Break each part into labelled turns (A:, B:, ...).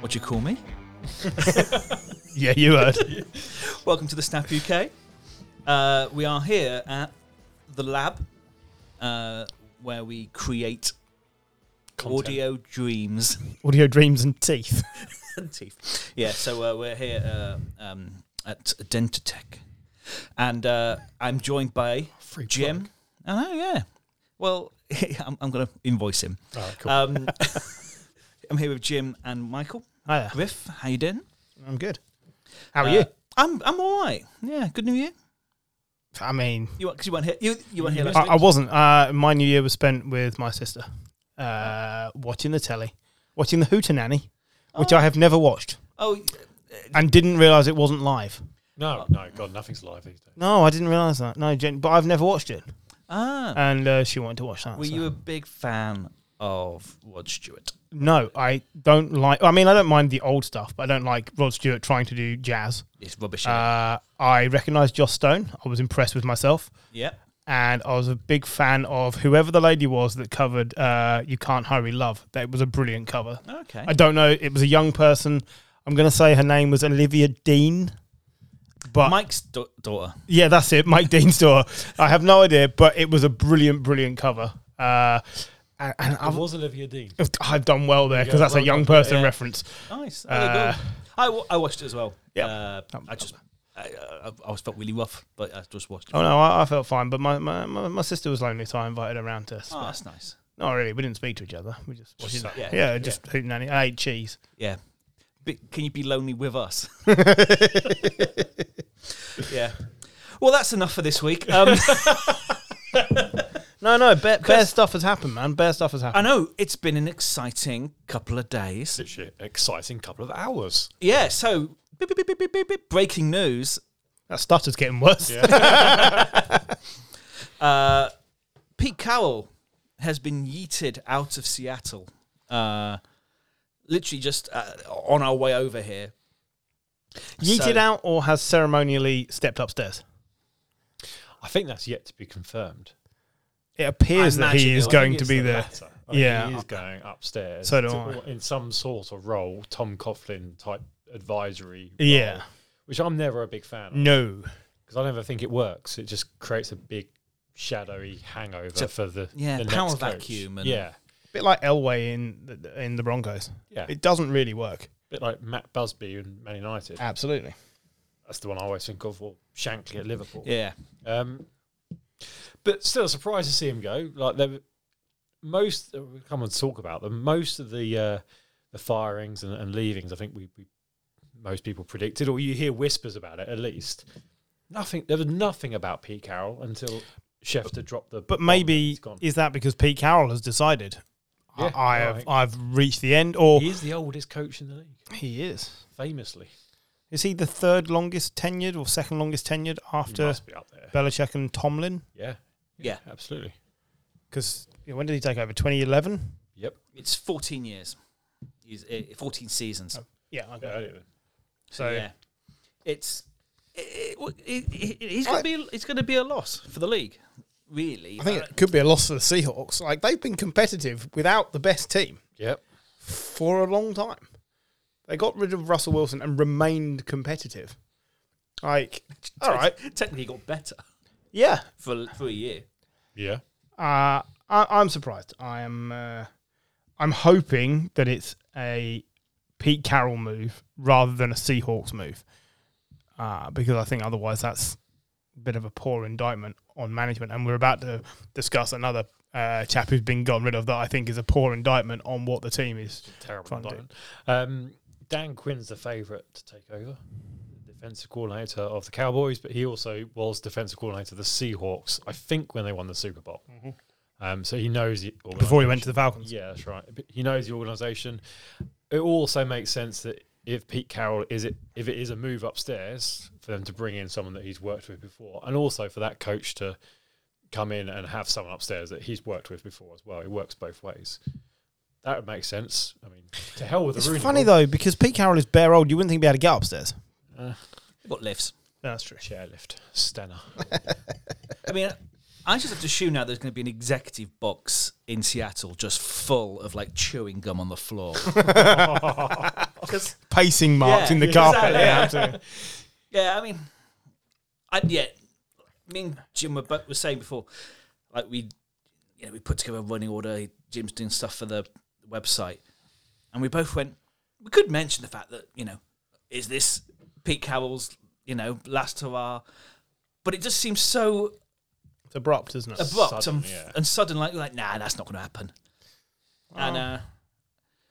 A: What'd you call me?
B: Yeah, you heard.
A: Welcome to the Snap UK. Uh, we are here at the lab uh, where we create audio dreams.
B: Audio dreams and teeth.
A: teeth. Yeah, so uh, we're here uh, um, at Dentatech, and uh, I'm joined by
C: Free
A: Jim. I know, yeah. Well, I'm, I'm going to invoice him.
C: plug. All right, cool.
A: Um, I'm here with Jim and Michael.
B: Uh, Hiya.
A: Griff, how you doing?
B: I'm good. How are
A: Uh,
B: you?
A: I'm I'm all right. Yeah, good New Year.
B: I mean,
A: You because you weren't here. You you weren't here last
B: I,
A: week.
B: I wasn't. Uh, my New Year was spent with my sister, uh, watching the telly, watching the Hootenanny, which I have never watched
A: Oh,
B: and didn't realise it wasn't live.
C: no, no, God, nothing's live these days.
B: No, I didn't realise that. No, gen- but I've never watched it,
A: ah.
B: and uh, she wanted to watch that.
A: Were
B: so-
A: you a big fan of Rod Stewart?
B: No, I don't like. I mean, I don't mind the old stuff, but I don't like Rod Stewart trying to do jazz.
A: It's rubbish. isn't it?
B: Uh, I recognise Joss Stone. I was impressed with myself.
A: yeah.
B: and I was a big fan of whoever the lady was that covered uh, "You Can't Hurry Love." That was a brilliant cover.
A: Okay.
B: I don't know; it was a young person. I'm going to say her name was Olivia Dean, but
A: Mike's da- daughter.
B: yeah, that's it, Mike Dean's daughter. I have no idea, but it was a brilliant, brilliant cover. Uh, and and
C: I
B: I've,
C: was Olivia Dean.
B: I've done well there because
C: Yeah,
B: that's a
C: well
B: young
C: done,
B: person
C: yeah.
B: reference.
A: Nice. Oh,
B: Uh,
A: there you go. I, wa- I watched it as well.
B: Yeah.
A: Uh,
B: Um,
A: I just I, uh, I, I was felt really rough, but I just watched it.
B: Oh no, I, I felt fine, but my, my, my, my sister was lonely, so I invited her around to. us.
A: Oh, that's nice.
B: Not really. We didn't speak to each other. We just,
C: Just sat-
A: Yeah.
B: yeah, just hooting at it. I ate cheese.
A: Yeah. But can you be lonely with us? yeah. Well, that's enough for this week. Um,
B: No, no, bear, bear stuff has happened, man. Bear stuff has
A: I
B: happened.
A: know it's been an exciting couple of days.
C: Such an exciting couple of hours.
A: Yeah. So, beep, beep, beep, beep, beep, beep, beep, breaking news:
B: That stutter's getting worse.
A: uh, Pete Carroll has been yeeted out of Seattle. Uh, literally, just uh, on our way over here.
B: Yeeted
A: So-
B: out or has ceremonially stepped upstairs?
C: I think that's yet to be confirmed.
B: It appears
A: I
B: that he
A: imagine
B: is
A: it- I
B: going
C: think
B: to
C: it's
B: be
C: the
B: there.
C: latter. I think
B: Yeah.
C: he is going upstairs.
B: So do
C: to-
B: I.
C: in some sort of role, Tom Coughlin type advisory. role,
B: Yeah.
C: which I'm never a big fan of
B: No.
C: because I never think it works. It just creates a big shadowy hangover
A: So-
C: for the
A: yeah,
C: the
A: power
C: next coach.
A: vacuum and-
C: yeah,
B: bit like Elway in the, in the Broncos.
C: yeah,
B: It doesn't really work.
C: bit like Matt Busby and Man United.
B: Absolutely.
C: That's the one I always think of. Or Shankly at Liverpool.
A: Yeah.
C: Um, but still, surprised to see him go. Like they, most, we'll come and talk about them. Most of the uh, the firings and, and leavings, I think we, we most people predicted, or you hear whispers about it at least. Nothing. There was nothing about Pete Carroll until Schefter dropped the.
B: But
C: bomb that
B: maybe
C: it's gone.
B: is that because Pete Carroll has decided
C: Yeah,
B: I, I
C: no, I
B: have
C: think-
B: I've reached the end, or
C: he is the oldest coach in the league,
B: he is.
C: famously.
B: Is he the third longest tenured or second longest tenured
C: He
B: after
C: must be up there.
B: Belichick and Tomlin?
C: Yeah.
A: Yeah.
C: Absolutely.
B: Because when did he take over? 2011.
C: Yep.
A: It's 14 years. He's, uh, 14 seasons.
D: Oh,
B: Yeah.
C: Yeah,
B: Okay.
C: I don't know.
B: So
A: yeah, it's it, it, it, it's gonna be it's gonna be a loss for the league, really.
D: I think it could be a loss for the Seahawks. Like they've been competitive without the best team
C: Yep.
D: for a long time. They got rid of Russell Wilson and remained competitive. Like, all right,
A: technically got better
B: yeah,
A: for for a year.
C: Yeah.
B: uh, I, I'm surprised. I am. Uh, I'm hoping that it's a Pete Carroll move rather than a Seahawks move, uh, because I think otherwise that's a bit of a poor indictment on management. And we're about to discuss another uh, chap who's been got rid of that I think is a poor indictment on what the team is.
C: terrible
B: trying to do.
C: indictment. Um, Dan Quinn's the favourite to take over, defensive coordinator of the Cowboys, but he also was defensive coordinator of the Seahawks. I think when they won the Super Bowl, um, so he knows the
B: Mm-hmm. Before he went to
C: organisation.
B: the Falcons,
C: Yeah, that's right. But He knows the organisation. It also makes sense that if Pete Carroll is it, if it is a move upstairs for them to bring in someone that he's worked with before, and also for that coach to come in and have someone upstairs that he's worked with before as well. It works both ways. That would make sense. I mean, to hell with the
B: it's
C: Rooney
B: funny
C: Rule.
B: though because Pete Carroll is bare old. You wouldn't think he'd be able to get upstairs.
A: Got lifts.
B: That's true.
C: Chairlift, Stenner.
A: I mean, I just have to assume now there's going to be an executive box in Seattle just full of like chewing gum on the floor. because
B: pacing marks
A: Yeah,
B: in the
A: exactly.
B: carpet.
A: Yeah.
B: now, too.
A: yeah, I mean, I yeah, me and Jim were both were saying before, like we, you know, we put together a running order. Jim's doing stuff for the website, and we both went. We could mention the fact that you know, is this Pete Carroll's you know last hurrah? But it just seems so
D: It's abrupt, isn't it?
A: abrupt
C: Sudden,
A: and,
C: yeah.
A: and sudden, like, like, nah, that's not going to happen. And uh,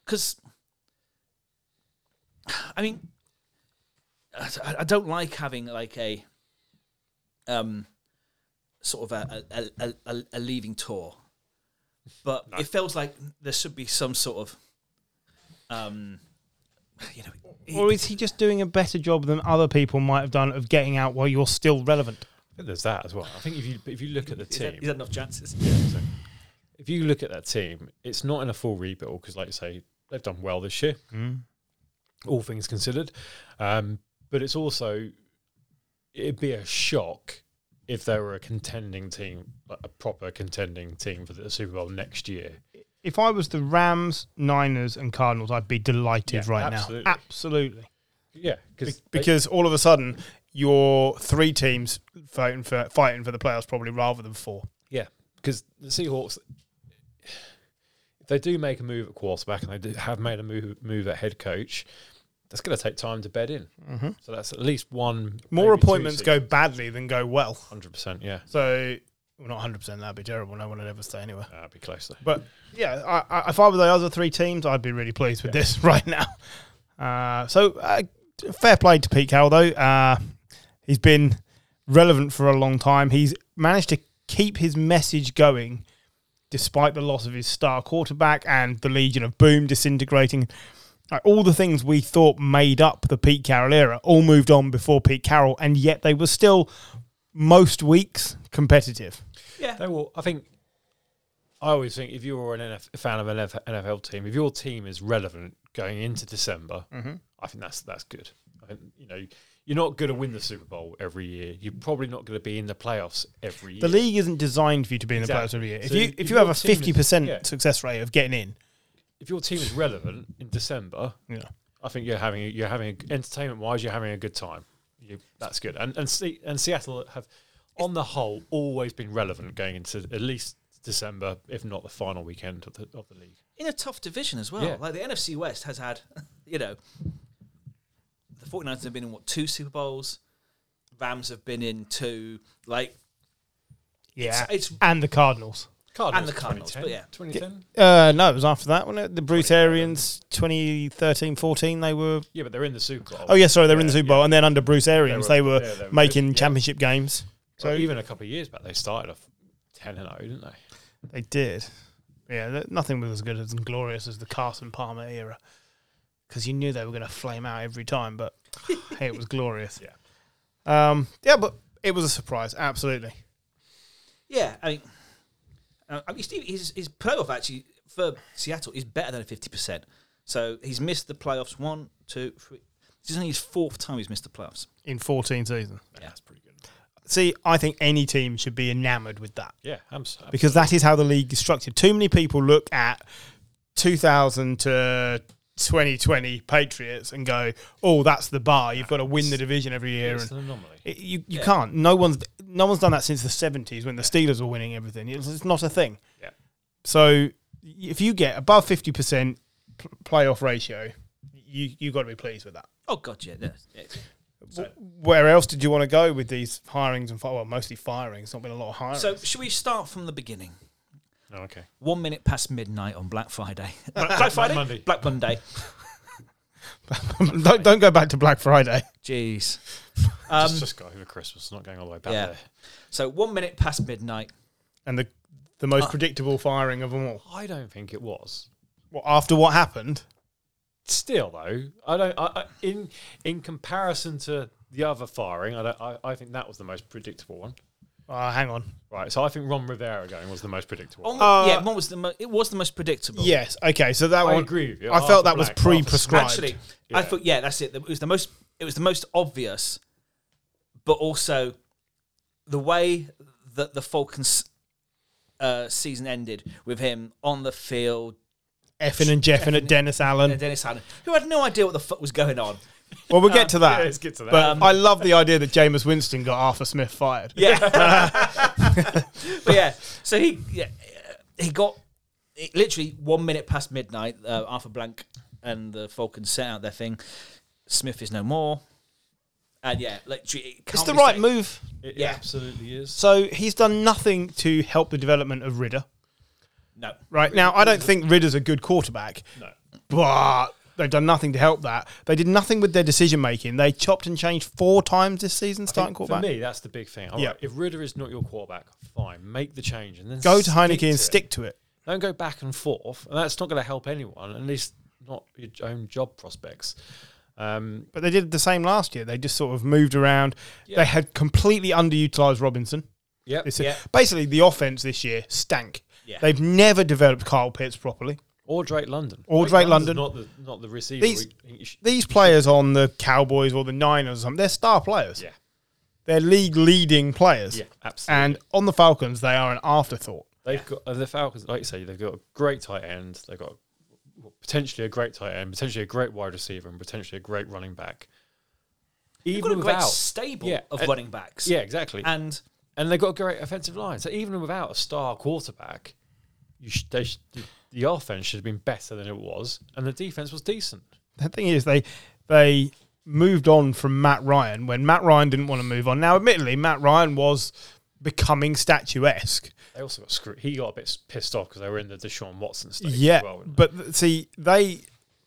A: because, I mean, I, I don't like having like a um sort of a a, a, a, a leaving tour, but it feels like there should be some sort of um, you know, E
B: Or is he just doing a better job than other people might have done of getting out while you're still relevant?
C: I think there's that as well. I think if you if you look at the
A: he's had,
C: team,
A: he's had enough chances.
C: so if you look at that team, it's not in a full rebuild because, like you say, they've done well this year,
B: Hmm.
C: all things considered. Um, but it's also it'd be a shock if they were a contending team, like a proper contending team for the Super Bowl next year.
B: If I was the Rams, Niners, and Cardinals, I'd be delighted
C: Yeah,
B: right
C: absolutely.
B: now. Absolutely.
C: Yeah, because
B: Because all of a sudden, you're three teams fighting for fighting for the playoffs probably rather than four.
C: Yeah, because the Seahawks, if they do make a move at quarterback and they do have made a move move at head coach, that's going to take time to bed in. Mm-hmm. So that's at least one
B: More appointments go badly than go well.
C: hundred percent. Yeah,
B: So, well, not 100%, that'd be terrible. No one would ever stay anywhere.
C: that'd uh, be close though.
B: But yeah, I, I, if I were the other three teams, I'd be really pleased with this right now. Uh, so uh, fair play to Pete Carroll, though. Uh, he's been relevant for a long time. He's managed to keep his message going despite the loss of his star quarterback and the Legion of Boom disintegrating. Uh, all the things we thought made up the Pete Carroll era all moved on before Pete Carroll, and yet they were still most weeks competitive.
A: Yeah,
C: They will. I think. I always think if you're an NF, a fan of an NF NFL team, if your team is relevant going into December,
B: Mm-hmm.
C: I think that's that's good. I think, you know, you're not going to win the Super Bowl every year. You're probably not going to be in the playoffs every year.
B: The league isn't designed for you to be in the
C: Exactly.
B: playoffs every year. If
C: So
B: you
C: if
B: if you have
C: your
B: a
C: team is-
B: fifty percent
C: yeah.
B: success rate of getting in,
C: if your team is relevant in December,
B: Yeah.
C: I think you're having you're having entertainment wise, you're having a good time. You, that's good. And and see, and Seattle have, on the whole, always been relevant going into at least December, if not the final weekend of the of the league.
A: in a tough division as well.
C: Yeah.
A: Like the NFC West has had, you know, the 49ers have been in what two Super Bowls, Rams have been in two, like
B: yeah,
A: it's, it's
B: and the Cardinals.
C: Cardinals
A: And the Cardinals,
C: 2010,
A: but yeah.
C: 2010.
B: Uh, no, it was after that, wasn't it? The Bruce Arians 2013 14, they were.
C: Yeah, but they're in the Super Bowl.
B: Oh, yeah, sorry, they're in the
C: Yeah,
B: Super Bowl. And then under Bruce Arians,
C: They
B: they
C: were-
B: were,
C: yeah, they were
B: making
C: good, yeah.
B: championship games.
C: So even a couple of years back, they started off ten and zero, didn't they?
B: They did. Yeah, th- nothing was as good as and glorious as the Carson Palmer era because you knew they were going to flame out every time, but hey, it was glorious.
C: Yeah.
B: Um, yeah, but it was a surprise, absolutely.
A: yeah. I mean, uh, I mean, Steve, his his playoff actually for Seattle is better than a fifty percent. So he's missed the playoffs one, two, three. This is only his fourth time he's missed the playoffs.
B: In 14 seasons.
A: Yeah.
C: That's pretty good.
B: See, I think any team should be enamoured with that
C: Yeah, I'm. so-
B: because that is how the league is structured. Too many people look at 2000 to 2020 Patriots and go, "Oh, that's the bar. You've got to win the division every year."
C: It's
B: And
C: an anomaly.
B: it, you you can't. No one's no one's done that since the 70s when the Steelers were winning everything. It's, it's not a thing.
C: Yeah.
B: So if you get above 50% p- playoff ratio, you you got to be pleased with that.
A: Oh God, yeah, yes, yes.
B: Where else did you want to go with these hirings and fi- well, mostly firings? Not been a lot of hirings.
A: So should we start from the beginning?
C: Oh, okay.
A: One minute past midnight on Black Friday. Black Friday,
C: Monday.
A: Black Monday.
B: don't, don't go back to Black Friday.
A: Jeez. Um,
C: just, just got over Christmas, not going all the way back
A: yeah.
C: there.
A: So one minute past midnight.
B: and the the most predictable firing of them all.
C: I don't think it was.
B: Well, after what happened,
C: still though, I don't. I, I, in in comparison to the other firing, I, don't, I I think that was the most predictable one.
B: uh, hang on.
C: Right, so I think Ron Rivera going was the most predictable.
A: Oh,
C: one.
B: Uh,
A: yeah, one was the mo- it was the most predictable.
B: Yes, okay. So that
C: I
B: one,
C: agree with you.
B: I felt that was
C: Arthur Blank,
B: pre-prescribed.
A: actually,
C: Yeah.
A: I thought yeah, that's it. It was the most it was the most obvious, but also the way that the Falcons uh, season ended with him on the field,
B: effing and jeffing at Dennis
A: And
B: Allen.
A: Dennis Allen, who had no idea what the fuck was going on.
B: Well, we'll get to that.
C: yeah, let's get to that.
B: But
A: Um,
B: I love the idea that Jameis Winston got Arthur Smith fired.
A: Yeah. but yeah, so he yeah, he got it literally one minute past midnight. Uh, Arthur Blank and the Falcons set out their thing. Smith is no more, and yeah, literally, it
B: It's
A: can't
B: the
A: be
B: right
A: said-
B: move.
C: It
A: Yeah.
C: absolutely is.
B: So he's done nothing to help the development of Ridder.
A: No,
B: Right now, I don't think Ridder's a good quarterback. No. But they've done nothing to help that. They did nothing with their decision making. They chopped and changed four times this season, starting
C: think for
B: quarterback.
C: me, that's the big thing. All right,
B: Yeah.
C: If Ritter is not your quarterback, fine, make the change and then
B: Go to
C: stick
B: Heineke and
C: it.
B: stick to it.
C: Don't go back and forth, and that's not going to help anyone. At least not your own job prospects. Um,
B: But they did the same last year. They just sort of moved around. They had completely underutilized Robinson.
C: yep.
B: This year.
A: Yeah.
B: Basically, the offense this year stank.
A: Yeah.
B: They've never developed Kyle Pitts properly.
C: Or Drake London.
B: Or Drake
C: London's
B: London.
C: Not the not the receiver.
B: These-
C: we think you should-
B: These players on the Cowboys or the Niners or something, they're star players.
C: yeah.
B: They're league leading players.
C: Yeah. Absolutely.
B: And on the Falcons, they are an afterthought.
C: They've got uh, the Falcons, like you say, they've got a great tight end. They've got well, potentially a great tight end, potentially a great wide receiver, and potentially a great running back.
A: you've got a
C: Even
A: great
C: without,
A: stable
C: Yeah,
A: of
B: Uh,
C: and-
A: running backs.
C: yeah, exactly, and,
A: and
C: they've got a great offensive line. So even without a star quarterback, you sh- they sh- the, the offense should have been better than it was, and the defense was decent.
B: The thing is, they they moved on from Matt Ryan when Matt Ryan didn't want to move on. Now, admittedly, Matt Ryan was becoming statuesque.
C: They also got screwed. He got a bit s- pissed off because they were in the Deshaun Watson stage.
B: Yeah,
C: as well, weren't they?
B: but th- see, they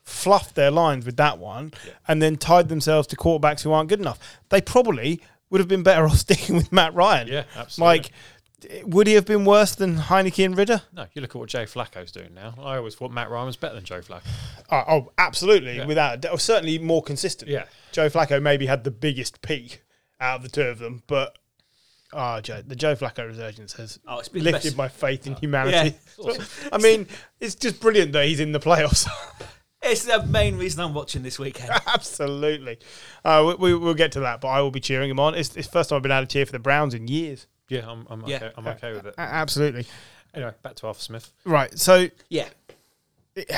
B: fluffed their lines with that one, and then tied themselves to quarterbacks who aren't good enough. They probably would have been better off sticking with Matt Ryan.
C: Yeah, absolutely.
B: Like, d- would he have been worse than Heineke and Ridder?
C: no, you look at what Joe Flacco's doing now. I always thought Matt Ryan was better than Joe Flacco.
B: Oh, oh absolutely, without a doubt. Or certainly more consistent.
C: Yeah.
B: Joe Flacco maybe had the biggest peak out of the two of them, but ah, Joe, the Joe Flacco resurgence has
A: oh, it's been the
B: lifted
A: best.
B: my faith in humanity.
A: Yeah.
B: So, I mean, it's just brilliant that he's in the playoffs.
A: it's the main reason I'm watching this weekend.
B: absolutely, uh, we, we, we'll get to that, but I will be cheering him on. It's, it's the first time I've been out of cheer for the Browns in years.
C: Yeah, I'm, I'm,
A: Yeah.
C: Okay, I'm okay with it.
B: A- absolutely,
C: Anyway, back to Arthur Smith.
B: right. So,
A: yeah,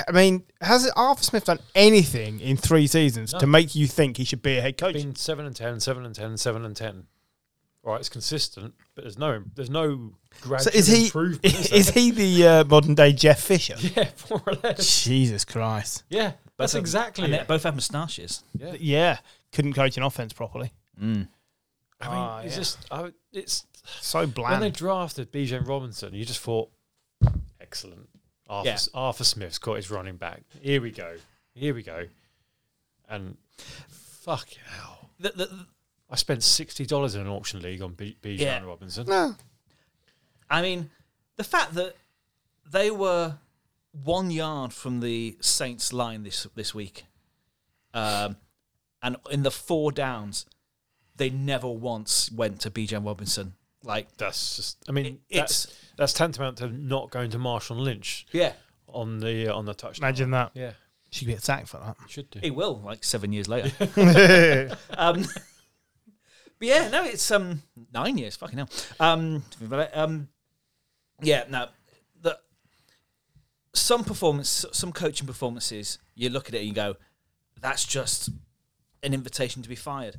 B: I mean, has Arthur Smith done anything in three seasons to make you think he should be a head coach?
C: been seven and 10, 7 and 10, 7 and 10. All right, it's consistent, but there's no there's no
B: So
C: gradual
B: is he
C: improvement. is
B: is he the uh, modern day Jeff Fisher?
C: there? yeah, more or less.
B: Jesus Christ!
C: Yeah, that's exactly
A: and they
C: it.
A: both have moustaches.
B: Yeah, couldn't coach an offense properly.
C: I mean,
B: Ah,
C: it's
B: yeah.
C: just I, it's
B: So
C: when they
B: bland.
C: drafted Bijan Robinson, you just thought excellent. Arthur,
A: Yeah.
C: Arthur Smith's got his running back. Here we go. Here we go. And fuck hell.
A: The- the-
C: I spent sixty dollars in an auction league on B- Bijan
A: Yeah.
C: Robinson.
A: I mean, the fact that they were one yard from the Saints line this this week, um, and in the four downs, they never once went to Bijan Robinson. Like,
C: That's just. I mean,
A: It-
C: that's that's tantamount to not going to Marshall Lynch
A: yeah,
C: on the uh, on the touchdown.
B: Imagine that.
C: Yeah,
B: She could get sacked for that.
C: should do.
A: he will like seven years later. um, but yeah, no, it's um nine years. Fucking hell. Um, um, yeah, no, the some performance, some coaching performances, you look at it and you go, that's just an invitation to be fired,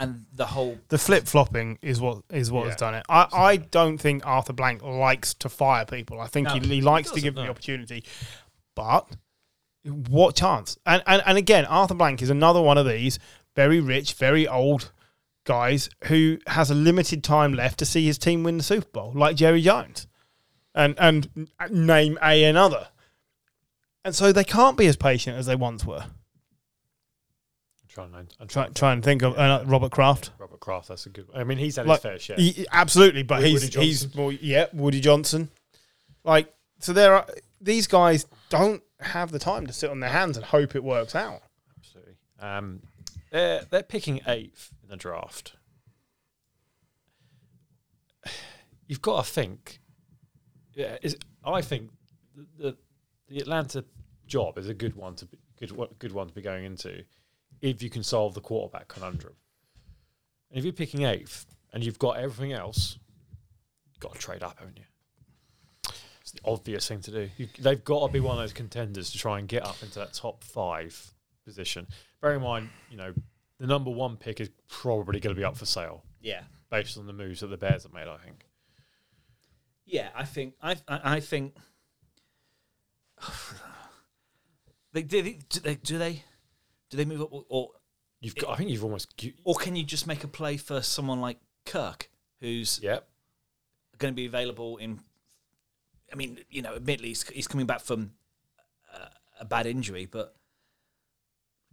A: and the whole
B: The flip flopping is what is what has
C: Yeah.
B: done it. I, I don't think Arthur Blank likes to fire people. I think
A: No,
B: he, he
A: he
B: likes to
A: doesn't,
B: give them the
C: no.
B: opportunity. But what chance? And, and and again, Arthur Blank is another one of these very rich, very old guys who has a limited time left to see his team win the Super Bowl, like Jerry Jones. And and name a another. And so they can't be as patient as they once were.
C: I'm trying, to- I'm
B: Try,
C: trying.
B: try and think of uh, Robert Kraft.
C: Robert Kraft, that's a good. One. I mean, he's had
B: Like,
C: his fair share.
B: He- absolutely, but
C: Woody
B: he's he's more yeah, Woody Johnson. Like so there are these guys don't have the time to sit on their hands and hope it works out.
C: Absolutely. Um, they're they're picking eighth in the draft. You've got to think. Yeah, is, I think the, the the Atlanta job is a good one to be, good one- good one to be going into if you can solve the quarterback conundrum. And if you're picking eighth and you've got everything else, you've got to trade up, haven't you? It's the obvious thing to do. You, they've got to be one of those contenders to try and get up into that top five position. Bear in mind, you know, the number one pick is probably going to be up for sale
A: Yeah.
C: based on the moves that the Bears have made. I think.
A: Yeah, I think I I, I think they did. Do they do they do they move up or- or
C: You've got. I think you've almost. You,
A: or can you just make a play for someone like Kirk who's
C: yeah.
A: going to be available in? I mean, you know, admittedly he's, he's coming back from uh, a bad injury, but.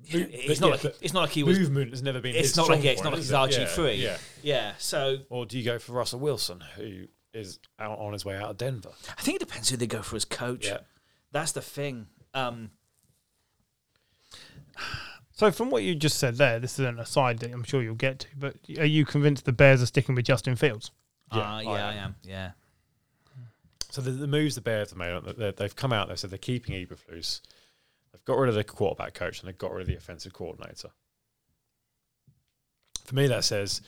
A: you know,
C: Mo-
A: it's
C: but
A: not
C: yeah,
A: like
C: but
A: it's not like he was.
C: Movement has never been.
A: It's
C: his
A: not
C: strong
A: like yeah, it's not
C: point,
A: like
C: is
A: he's RG
C: it? Yeah,
A: three.
C: Yeah.
A: yeah. So
C: Or do you go for Russell Wilson, who is out on his way out of Denver?
A: I think it depends who they go for as coach.
C: Yeah.
A: That's the thing. Um,
B: So, from what you just said there, this is an aside that I'm sure you'll get to, but are you convinced the Bears are sticking with Justin Fields?
A: yeah,
C: I
A: uh, yeah, I,
C: am.
A: am. Yeah,
C: So the, the moves the Bears have made, aren't they? They- they've come out. They've said they're keeping Eberflus. They've got rid of the quarterback coach and they've got rid of the offensive coordinator. For me, that says,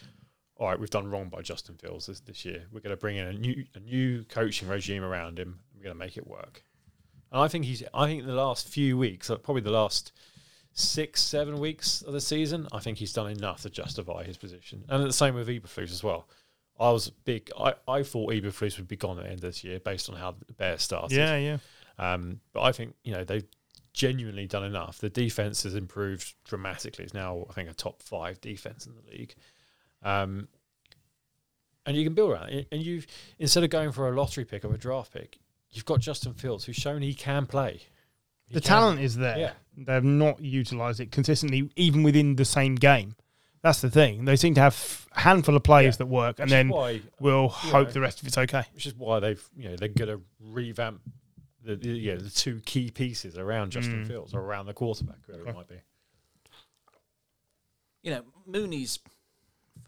C: all right, we've done wrong by Justin Fields this, this year. We're going to bring in a new a new coaching regime around him. We're going to make it work. And I think he's. I think the last few weeks, like probably the last six, seven weeks of the season, I think he's done enough to justify his position. And the same with Eberflus as well. I was big. I, I thought Eberflus would be gone at the end of this year based on how the Bears started.
B: Yeah, yeah.
C: Um, but I think you know they've genuinely done enough. The defense has improved dramatically. It's now I think a top five defense in the league. Um, and you can build around it. And you've instead of going for a lottery pick or a draft pick, you've got Justin Fields, who's shown he can play. He
B: the
C: can-
B: talent is there.
C: Yeah.
B: They've not utilised it consistently, even within the same game. That's the thing. They seem to have a handful of plays
C: Yeah.
B: that work, and
C: which is
B: then
C: why
B: we'll hope
C: know.
B: the rest of it's okay.
C: which is why they've you know they're going to revamp the, the you know, the two key pieces around Justin
B: Mm.
C: Fields or around the quarterback, whoever it might be.
A: you know, Mooney's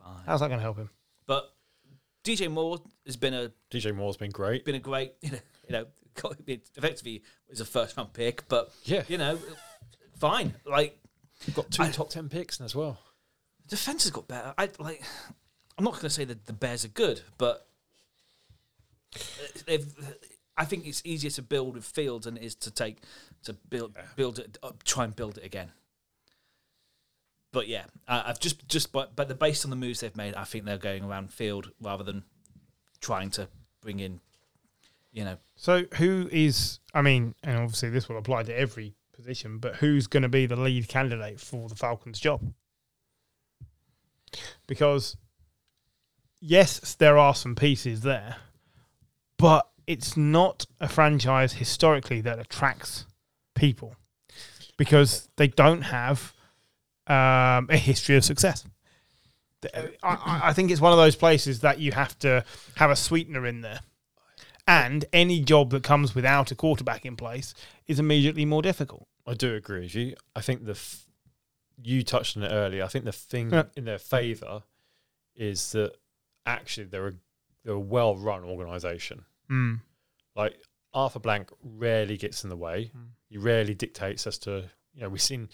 A: fine,
B: How's that going to help him?
A: but DJ Moore has been a
C: DJ Moore's been great.
A: been a great, you know, you know, got- it effectively was a first round pick, but
C: Yeah,
A: you know, fine. Like
C: got two
A: I-
C: top ten picks as well.
A: defense has got better. I like. I'm not going to say that the Bears are good, but uh, they've. I think it's easier to build with Fields than it is to take to build
C: Yeah.
A: build it up, try and build it again. But yeah, I, I've just just but but the based on the moves they've made, I think they're going around Field rather than trying to bring in, you know,
B: So, who is? I mean, and obviously this will apply to every position, but who's going to be the lead candidate for the Falcons' job? Because yes, there are some pieces there, but it's not a franchise historically that attracts people because they don't have um, a history of success. Th- I- I, I think it's one of those places that you have to have a sweetener in there. And any job that comes without a quarterback in place is immediately more difficult.
C: I do agree with you. I think the f- you touched on it earlier. I think the thing
B: Yeah.
C: in their favour is that actually they're a, they're a well-run organisation.
B: Hmm.
C: Like Arthur Blank rarely gets in the way.
B: Mm.
C: He rarely dictates as to you know we've seen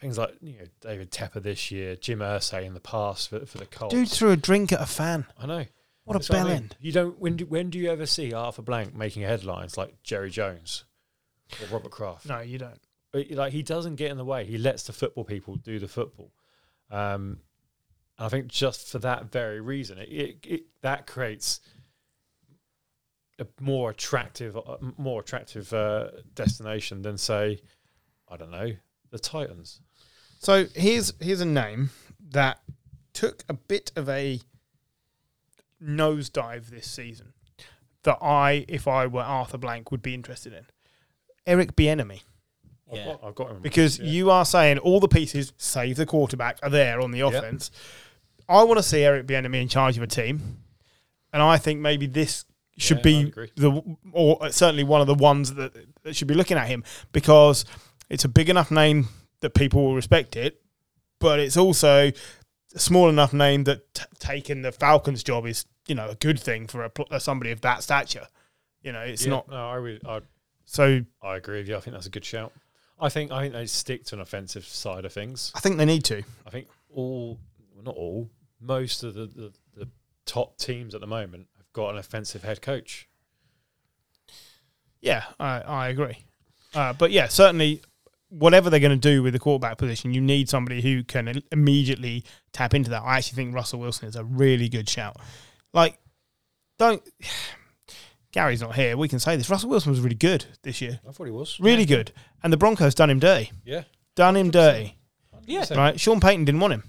C: things like you know David Tepper this year, Jim Irsay in the past for, for the Colts.
B: Dude threw a drink at a fan.
C: I know.
B: What a
C: That's what I
B: bell
C: mean.
B: end.
C: You don't. When do, when do you ever see Arthur Blank making headlines like Jerry Jones or Robert Kraft?
B: No, you don't.
C: But, like he doesn't get in the way. He lets the football people do the football. Um, and I think just for that very reason, it, it, it that creates a more attractive, a more attractive uh, destination than say, I don't know, the Titans.
B: So
D: Here's here's a name that took a bit of a
B: nosedive this season that I, if I were Arthur Blank, would be interested in. Eric Bieniemy,
C: I've
A: Yeah.
C: got- I've got him.
B: because
C: Yeah.
B: you are saying all the pieces, save the quarterback, are there on the offense. I want to see Eric Bieniemy in charge of a team, and I think maybe this should
C: Yeah, I'd
B: be
C: agree.
B: the or uh, certainly one of the ones that, that should be looking at him because it's a big enough name that people will respect it, but it's also a small enough name that t- taking the Falcons job is you know a good thing for a, pl- uh, somebody of that stature. You know, it's
C: Yeah,
B: not
C: No, I really, I,
B: so.
C: I agree with you. I think that's a good shout. I think I think they stick to an offensive side of things.
B: I think they need to.
C: I think all, well, not all, most of the, the, the top teams at the moment have got an offensive head coach.
B: Yeah, I, I agree. Uh, but yeah, certainly, whatever they're going to do with the quarterback position, you need somebody who can i- immediately tap into that. I actually think Russell Wilson is a really good shout. Like, don't. Gary's not here. We can say this. Russell Wilson was really good this year.
C: I thought he was.
B: Really good. And the Broncos done him dirty.
C: Yeah.
B: Done him dirty.
A: Yeah.
B: Right? Sean Payton didn't want him.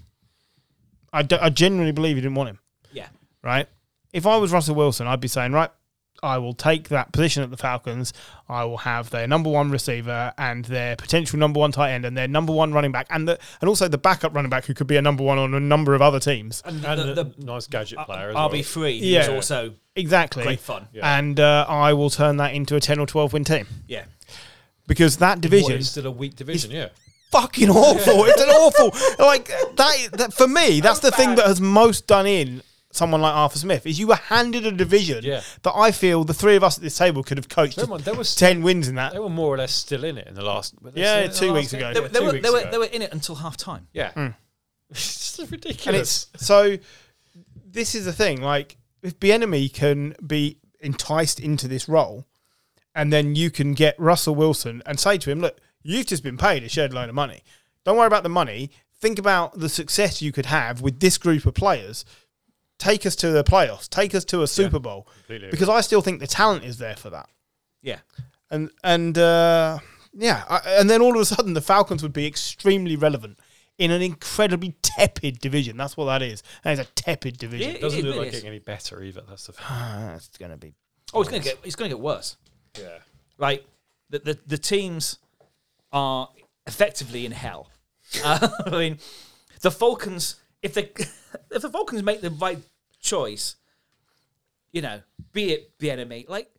B: I, d- I genuinely believe he didn't want him.
A: Yeah.
B: Right? If I was Russell Wilson, I'd be saying, right, I will take that position at the Falcons. I will have their number one receiver and their potential number one tight end and their number one running back and the, and also the backup running back who could be a number one on a number of other teams.
A: And,
C: And
A: the,
C: a
A: the,
C: nice gadget player as well.
A: RB three
B: Yeah.
A: is also
B: Exactly.
A: great fun.
C: Yeah.
B: And uh, I will turn that into a 10 or 12 win team
A: Yeah,
B: because that
C: What,
B: division
C: it's still a weak division, yeah.
B: fucking awful. It's an awful like that. that for me, that's the thing that has most done in someone like Arthur Smith is you were handed a division
C: Yeah.
B: that I feel the three of us at this table could have coached.
C: Come on, there was
B: Ten wins in that.
C: they were more or less still in it in the last. were they
B: Yeah,
C: still in the
B: two
C: last Hmm.
B: weeks
C: game?
B: ago.
A: they,
B: Yeah,
A: they
C: two
A: were
C: weeks
A: they were
C: ago.
A: they were in it until half time.
C: Yeah, it's just ridiculous.
B: And it's so. This is the thing. Like, if Bienemy can be enticed into this role, and then you can get Russell Wilson and say to him, "Look, you've just been paid a shed load of money. Don't worry about the money. Think about the success you could have with this group of players. Take us to the playoffs. Take us to a Super Bowl.
C: Completely
B: Because I still think the talent is there for that.
A: Yeah,
B: And and uh, yeah, I, and then all of a sudden the Falcons would be extremely relevant in an incredibly tepid division. That's what that is. That is a tepid division.
A: It-
C: doesn't
A: it
C: look
A: really
C: like
A: is.
C: getting any better either. That's the thing.
B: Ah, it's gonna be.
A: Oh, it's gonna get it's gonna get worse.
C: yeah.
A: Like the the, the teams are effectively in hell. Uh, I mean, the Falcons if the if the Falcons make the right choice, you know, be it the enemy, like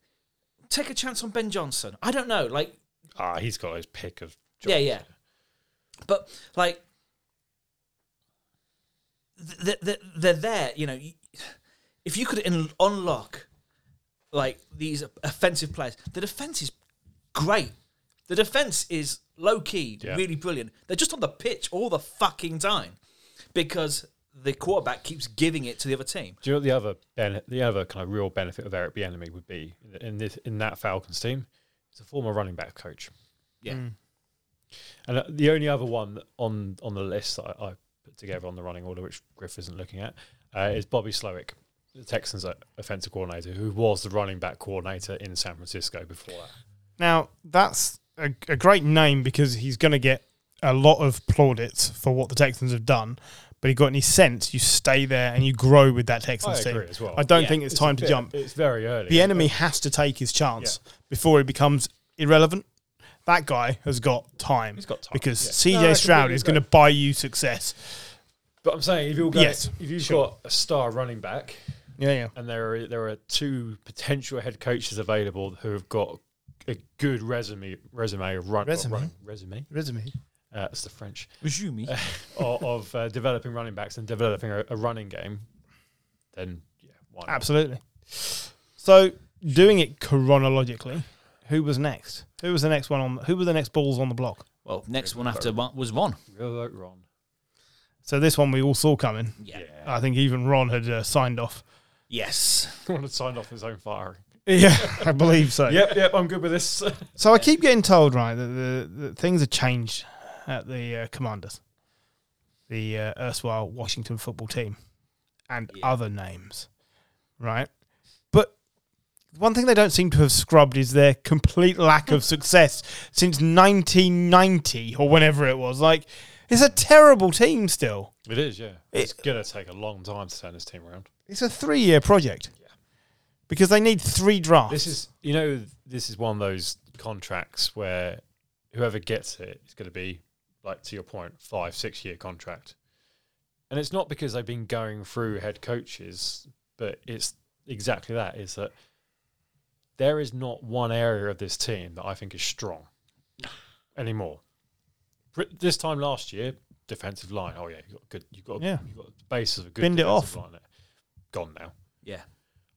A: take a chance on Ben Johnson. I don't know, like
C: Ah, he's got his pick of.
A: yeah, yeah. But like, th- th- th- they're there. You know, You- if you could un- unlock like these offensive players, the defense is great. The defense is low key,
C: Yeah.
A: really brilliant. They're just on the pitch all the fucking time because the quarterback keeps giving it to the other team.
C: Do you know what the other ben- the other kind of real benefit of Eric Bieniemy would be in this in that Falcons team? He's a former running back coach,
A: Yeah,
B: Mm.
C: and uh, the only other one on on the list that I, I put together on the running order, which Griff isn't looking at, uh, is Bobby Slowick, the Texans' uh, offensive coordinator, who was the running back coordinator in San Francisco before that.
B: Now that's a, a great name because he's gonna get a lot of plaudits for what the Texans have done. But he got any sense? You stay there and you grow with that Texans
C: agree
B: team.
C: as well.
B: I don't
A: Yeah,
B: think it's, time
C: a
B: to
C: bit-
B: jump.
C: It's very early.
B: The enemy has to take his chance before he becomes irrelevant. That guy has got time.
C: He's got time,
B: because
C: yeah.
B: CJ
C: No, I
B: Stroud
C: completely
B: is
C: agree.
B: going to buy you success.
C: But I'm saying if you're going,
B: Yes,
C: if you've got a star running back,
B: Yeah, yeah.
C: and there are there are two potential head coaches available who have got a good resume resume of run,
B: Resume?
C: running- resume
B: Resume.
C: uh, that's the French
A: resume me.
C: of, of uh, developing running backs and developing a, a running game, then yeah, why not?
B: Absolutely. So doing it chronologically, who was next? Who was the next one on? Who were the next balls on the block?
A: Well, next one after Ron- was Ron.
C: Real vote Ron.
B: So this one we all saw coming.
A: Yeah.
C: Yeah,
B: I think even Ron had uh, signed off.
A: Yes.
C: Ron had signed off his own firing.
B: Yeah, I believe so.
C: Yep, yep, I'm good with this.
B: So I keep getting told, right, that the that things have changed at the uh, Commanders, the uh, erstwhile Washington football team, and
A: Yeah.
B: other names, right? But one thing they don't seem to have scrubbed is their complete lack of success since 1990 or whenever it was. Like, it's a terrible team still.
C: it is, yeah. It's
B: It-
C: gonna take a long time to turn this team around.
B: It's a three year project because they need three drafts.
C: This is, you know, this is one of those contracts where whoever gets it is going to be, like to your point, five, six year contract. And it's not because they've been going through head coaches, but it's exactly that is that there is not one area of this team that I think is strong anymore. Pr- This time last year, defensive line. Oh yeah, you got good. You got
B: Yeah.
C: you got the basis of a good
B: Binned it
C: defensive line. there. Gone now.
A: Yeah.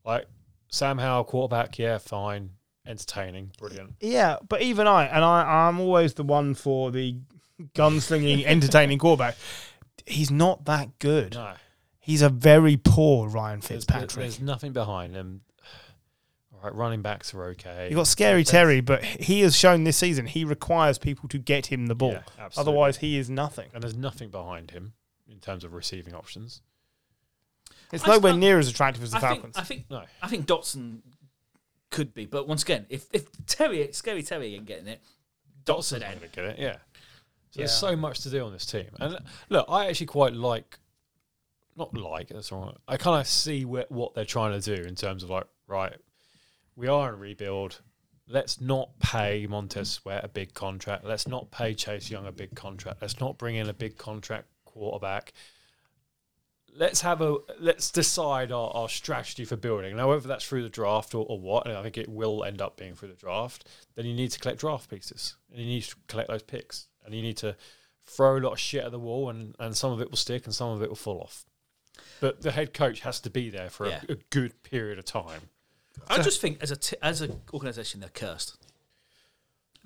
C: Like Sam Howell, quarterback, yeah, fine, entertaining, brilliant.
B: Yeah, but even I, and I, I'm always the one for the gunslinging, entertaining quarterback. He's not that good.
C: No,
B: He's a very poor Ryan
C: there's,
B: Fitzpatrick.
C: there's nothing behind him. All right, running backs are okay.
B: You got Scary Terry, but he has shown this season he requires people to get him the ball.
C: Yeah, absolutely.
B: Otherwise, he is nothing.
C: and there's nothing behind him in terms of receiving options.
B: It's
A: I
B: nowhere
A: start-
B: near as attractive as the
A: I think,
B: Falcons.
A: I think
C: No.
A: I think Dotson could be, but once again, if if Terry, scary Terry, ain't getting it, Dotson
C: I
A: ain't.
C: don't get it. Yeah. So there's so much to do on this team, and look, I actually quite like, not like that's wrong. I kind of see where, what they're trying to do in terms of like, right, we are in rebuild. Let's not pay Montez Sweat a big contract. Let's not pay Chase Young a big contract. Let's not bring in a big contract quarterback. Let's have a let's decide our, our strategy for building. Now, whether that's through the draft or, or what, and I think it will end up being through the draft. Then you need to collect draft pieces, and you need to collect those picks, and you need to throw a lot of shit at the wall, and and some of it will stick, and some of it will fall off. But the head coach has to be there for
A: Yeah.
C: a, a good period of time.
A: I just think as a t- as an organisation, they're cursed.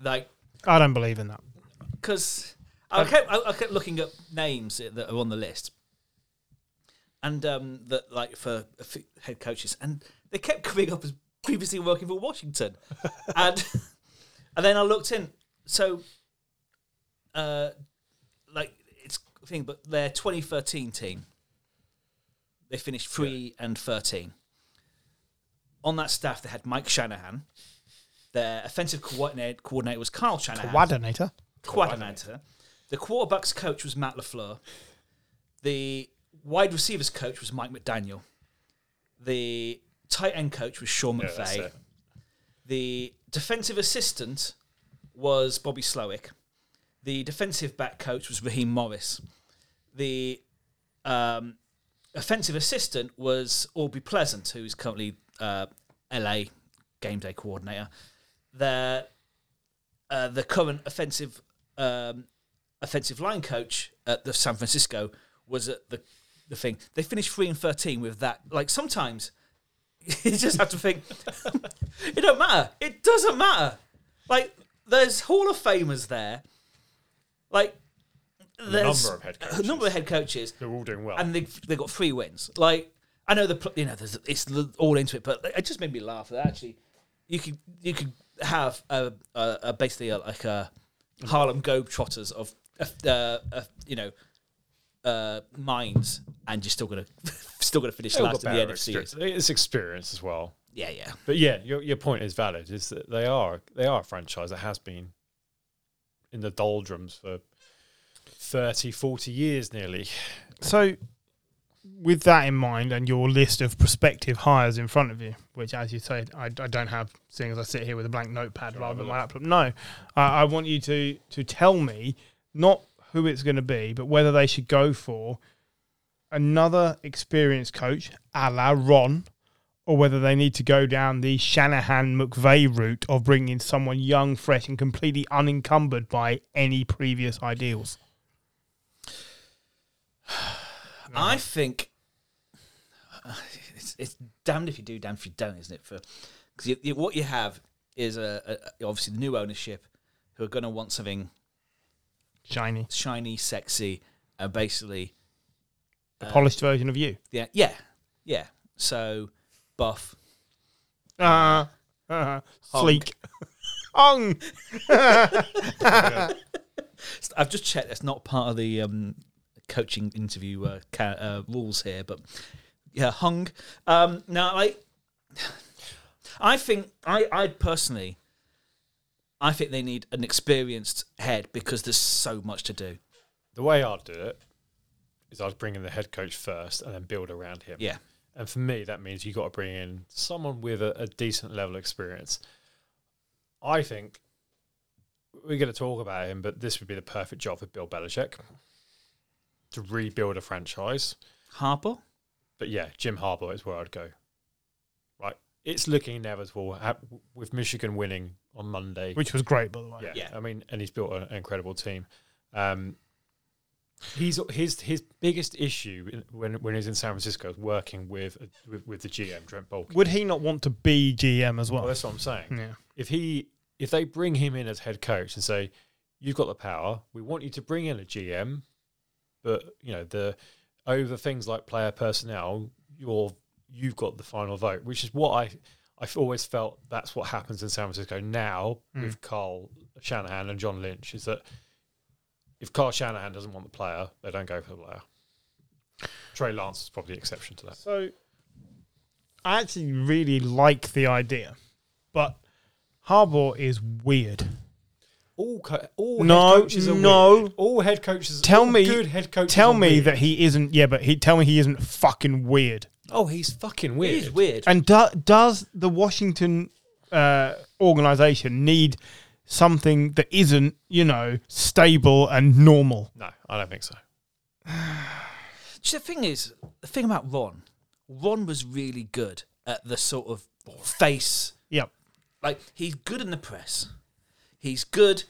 A: Like
B: I don't believe in that.
A: because I kept I, I kept looking at names that are on the list, and um, that like for a few head coaches, and they kept coming up as previously working for Washington, and and then I looked in, so uh, like it's a thing, but their 2013 team, they finished three and 13. On that staff, they had Mike Shanahan. Their offensive coordinator, coordinator was Carl Shanahan
B: Coordinator.
A: coordinator. eh? The quarterback's coach was Matt LaFleur. The wide receivers coach was Mike McDaniel. The tight end coach was Sean
C: Yeah, that's
A: McVay.
C: it.
A: the defensive assistant was Bobby Slowick. The defensive back coach was Raheem Morris. The um, offensive assistant was Aubrey Pleasant, who's currently uh, LA game day coordinator. The uh, the current offensive um, offensive line coach at the San Francisco was at the the thing. They finished three and thirteen with that. Like sometimes you just have to think it don't matter. It doesn't matter. Like there's Hall of Famers there. Like there's
C: number of head
A: a number of head coaches
C: They're all doing well.
A: and they they got three wins. Like I know the pl- you know there's, it's l- all into it, but it just made me laugh that actually you could you could have a, a, a basically a, like a Harlem Globetrotters of uh, uh, you know uh, minds, and you're still gonna still gonna finish
C: They all
A: last in
C: got
A: the
C: better
A: NFC.
C: experience. It's experience as well.
A: Yeah, yeah.
C: But yeah, your, your point is valid. Is that they are they are a franchise that has been in the doldrums for 30, 40 years nearly.
B: So, with that in mind, and your list of prospective hires in front of you, which, as you say, I, I don't have, seeing as I sit here with a blank notepad rather than my laptop. No, I, I want you to to tell me not who it's going to be, but whether they should go for another experienced coach, a la Ron. Or whether they need to go down the Shanahan McVay route of bringing in someone young, fresh, and completely unencumbered by any previous ideals.
A: I think it's, it's damned if you do, damned if you don't, isn't it? For because you, you, what you have is a, a obviously the new ownership who are going to want something
B: Shiny,
A: shiny, sexy, and basically,
B: the polished version of you.
A: yeah, yeah, yeah. So, buff,
B: Uh, uh,
A: Honk.
B: sleek. Hung.
A: I've just checked. That's not part of the um, coaching interview uh, ca- uh, rules here, but yeah, hung. Um, now, I, I think I, I personally, I think they need an experienced head because there's so much to do.
C: The way I'd do it is I'd bring in the head coach first and then build around him.
A: Yeah,
C: And for me, that means you got to bring in someone with a, a decent level of experience. I think we're going to talk about him, but this would be the perfect job for Bill Belichick to rebuild a franchise.
A: Harper.
C: But yeah, Jim Harbaugh is where I'd go. Right, it's looking inevitable ha- with Michigan winning on Monday.
B: Which was great, by the way.
C: yeah,
A: Yeah.
C: I mean, and he's built an incredible team. Um, he's his his biggest issue in- when when he's in San Francisco is working with with, with the GM Trent Bulky.
B: Would he not want to be GM as
C: Well,
B: well?
C: that's what I'm saying.
B: Yeah.
C: If he if they bring him in as head coach and say, "You've got the power. We want you to bring in a GM, but you know the over things like player personnel, you're you've got the final vote," which is what I I've always felt that's what happens in San Francisco now with Carl Shanahan and John Lynch is that if Carl Shanahan doesn't want the player, they don't go for the player. Trey Lance is probably the exception to that.
B: So
D: I actually really
B: really like the idea, but Harbaugh is weird.
C: All co- all
B: No,
C: head coaches are
B: no.
C: weird. All head coaches.
B: Tell
C: all
B: me-
C: good head coaches.
B: Tell
C: are
B: me
C: weird.
B: that he isn't. Yeah, but he tell me he isn't fucking weird.
C: Oh, he's fucking
A: It
C: weird.
A: is weird.
B: And do, does the Washington uh, organization need something that isn't, you know, stable and normal?
C: No, I don't think so.
A: See, the thing is, the thing about Ron, Ron was really good at the sort of face.
B: Yep.
A: Like he's good in the press. He's good.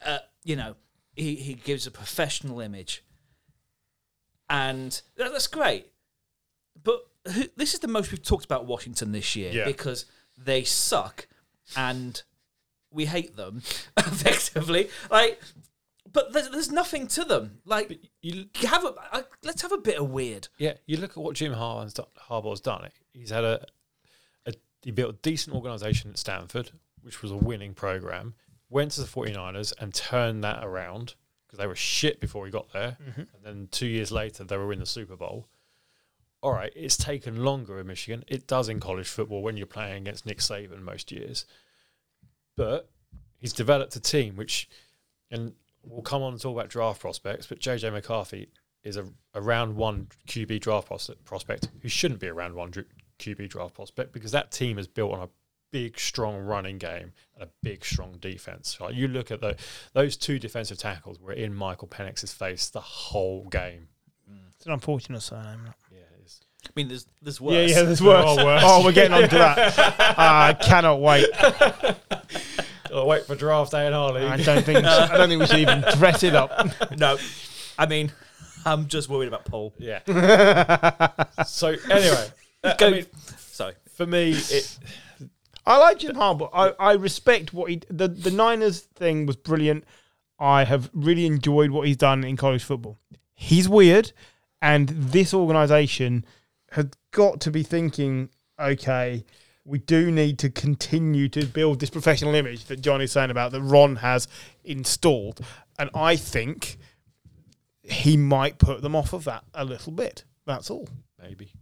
A: At, you know, he he gives a professional image, and that- that's great. But who, this is the most we've talked about Washington this year
C: Yeah.
A: because they suck, and we hate them effectively. Like, but there's, there's nothing to them. Like,
C: You,
A: you have a I, let's have a bit of weird.
C: yeah, you look at what Jim Harbaugh's done, Harbaugh's done. He's had a, a he built a decent organization at Stanford, which was a winning program. Went to the 49ers and turned that around because they were shit before he got there. And then two years later, they were in the Super Bowl. All right, it's taken longer in Michigan. It does in college football when you're playing against Nick Saban most years. But he's developed a team which, and we'll come on and talk about draft prospects, but JJ McCarthy is a, a round one QB draft pros- prospect who shouldn't be a round one dr- QB draft prospect because that team is built on a big, strong running game and a big, strong defense. Like you look at the, those two defensive tackles were in Michael Penix's face the whole game.
B: It's an unfortunate surname.
C: Yeah, it is.
A: I mean, there's there's
B: Yeah,
A: worse.
B: yeah, there's worse.
C: are worse.
B: Oh, we're getting onto that. I cannot wait.
C: Oh, wait for draft day in our league.
B: I don't think I don't think we should even dress it up.
A: No, I mean, I'm just worried about Paul.
C: Yeah. so anyway,
A: Go.
C: Uh, I mean,
A: Sorry,
C: for me, it,
B: I like Jim Harbaugh. I, I respect what he the the Niners thing was brilliant. I have really enjoyed what he's done in college football. He's weird, and this organization has got to be thinking, okay, we do need to continue to build this professional image that John is saying about that Ron has installed, and I think he might put them off of that a little bit. That's all.
C: maybe.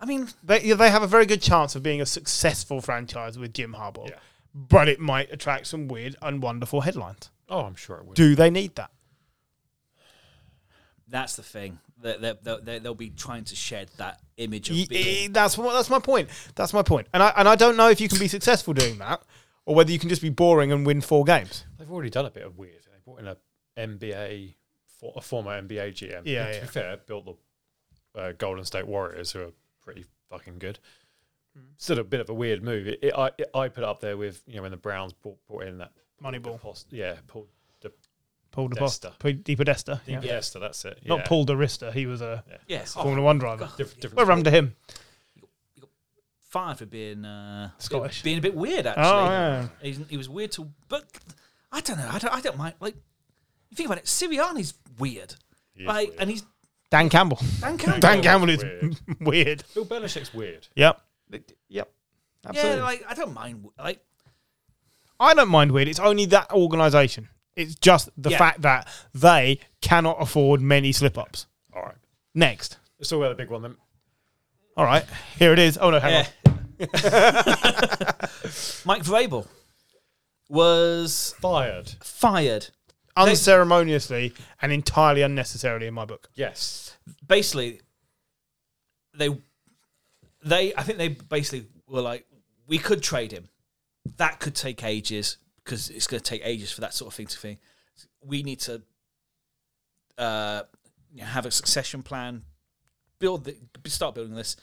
A: I mean,
B: They yeah, they have a very good chance of being a successful franchise with Jim Harbaugh,
C: Yeah.
B: but it might attract some weird and wonderful headlines.
C: Oh, I'm sure it will.
B: Do they need that?
A: that's the thing. They they they they'll be trying to shed that image
B: Y-
A: of
B: eh,
A: being.
B: That's what. That's my point. That's my point. And I and I don't know if you can be successful doing that, or whether you can just be boring and win four games.
C: They've already done a bit of weird. They brought in a NBA, for, a former NBA GM. who,
B: Yeah,
C: To
B: yeah.
C: be fair, built the uh, Golden State Warriors, who are pretty fucking good.
B: Hmm.
C: Still a bit of a weird move. It, it, I it, I put it up there with you know when the Browns brought, brought in that
B: Moneyball.
C: Post, yeah, Paul De,
B: Paul De
C: Desta.
B: Podesta. De Podesta.
C: yeah. Podesta, that's it.
B: Not
C: yeah.
B: Paul De Rista. He was a
A: Yeah, oh,
B: Formula One driver.
C: Diff- different
B: Well, run to him.
A: fired for being uh,
B: Scottish.
A: being a bit weird. Actually,
B: Oh, yeah.
A: He's, he was weird to, but I don't know. I don't. I don't mind. Like, you think about it, Sirianni's weird.
C: is
A: like,
C: weird.
A: and he's
B: Dan Campbell.
A: Dan Campbell.
B: Dan Campbell is
C: Weird.
B: weird.
C: Bill Belichick's weird.
B: Yep. Yep.
A: yeah, like I don't mind. Like,
B: I don't mind weird. It's only that organisation. It's just the
A: Yeah.
B: fact that they cannot afford many slip ups.
C: All right,
B: Next.
C: let's talk about the big one then.
B: All right. Here it is. Oh, no. Hang
A: Yeah. Mike Vrabel was
C: Fired.
A: fired.
B: on. Unceremoniously and entirely unnecessarily in my book.
C: Yes.
A: Basically, they they I think they basically were like, we could trade him. That could take ages because it's going to take ages for that sort of thing to thing. We need to uh, you know, have a succession plan, build the, start building this.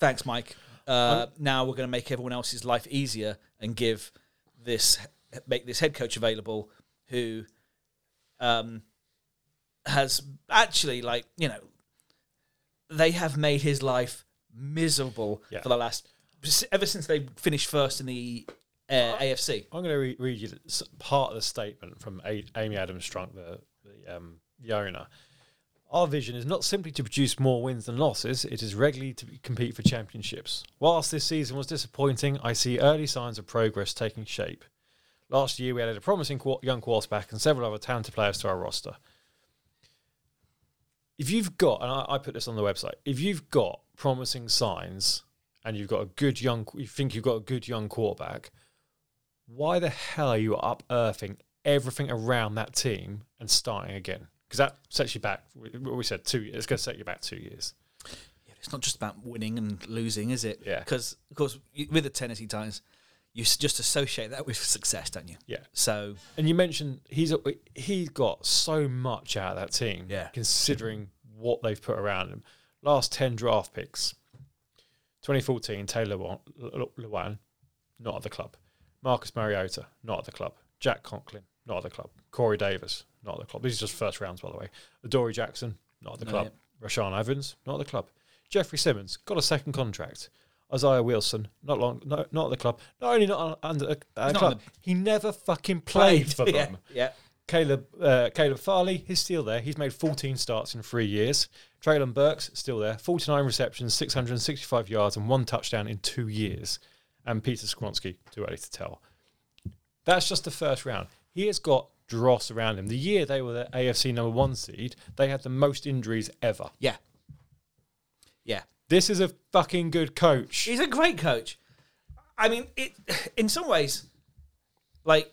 A: Thanks, Mike. Uh, now we're going to make everyone else's life easier and give this make this head coach available who um, has actually like you know they have made his life miserable
C: Yeah.
A: for the last ever since they finished first in the uh, AFC.
C: I'm going to re- read you s- part of the statement from a- Amy Adams Strunk, the, the, um, the owner. Our vision is not simply to produce more wins than losses, it is regularly to compete for championships. Whilst this season was disappointing, I see early signs of progress taking shape. Last year, we added a promising qu- young quarterback and several other talented players to our roster. If you've got, and I, I put this on the website, if you've got promising signs and you've got a good young, you think you've got a good young quarterback, why the hell are you up earthing everything around that team and starting again? Because that sets you back. we- What we said, two. It's going to set you back two years.
A: It's not just about winning and losing, is it?
C: Yeah.
A: Because of course, you- with the Tennessee Titans, you s- just associate that with success, don't you?
C: Yeah.
A: So
C: And you mentioned he's he's got so much out of that team.
A: Yeah.
C: Considering what they've put around him, last ten draft picks, 2014 Taylor Lewan, L- L- Lewan, not at the club. Marcus Mariota, not at the club. Jack Conklin, not at the club. Corey Davis, not at the club. These are just first rounds, by the way. Adoree Jackson, not at the
A: No,
C: club. Rashawn Evans, not at the club. Jeffrey Simmons got a second contract. Isaiah Wilson, not long, no, not at the club. Not only not un- under the uh,
A: not
C: club,
A: on
C: he never fucking played for
A: yeah,
C: them.
A: Yeah.
C: Caleb uh, Caleb Farley, he's still there. He's made 14 starts in three years. Traylon Burks, still there. 49 receptions, 665 yards, and one touchdown in two years. And Peter Skronsky, too early to tell. That's just the first round. He has got dross around him. The year they were the AFC number one seed, they had the most injuries ever.
A: Yeah. Yeah.
C: This is a fucking good coach.
A: He's a great coach. I mean, it in some ways, like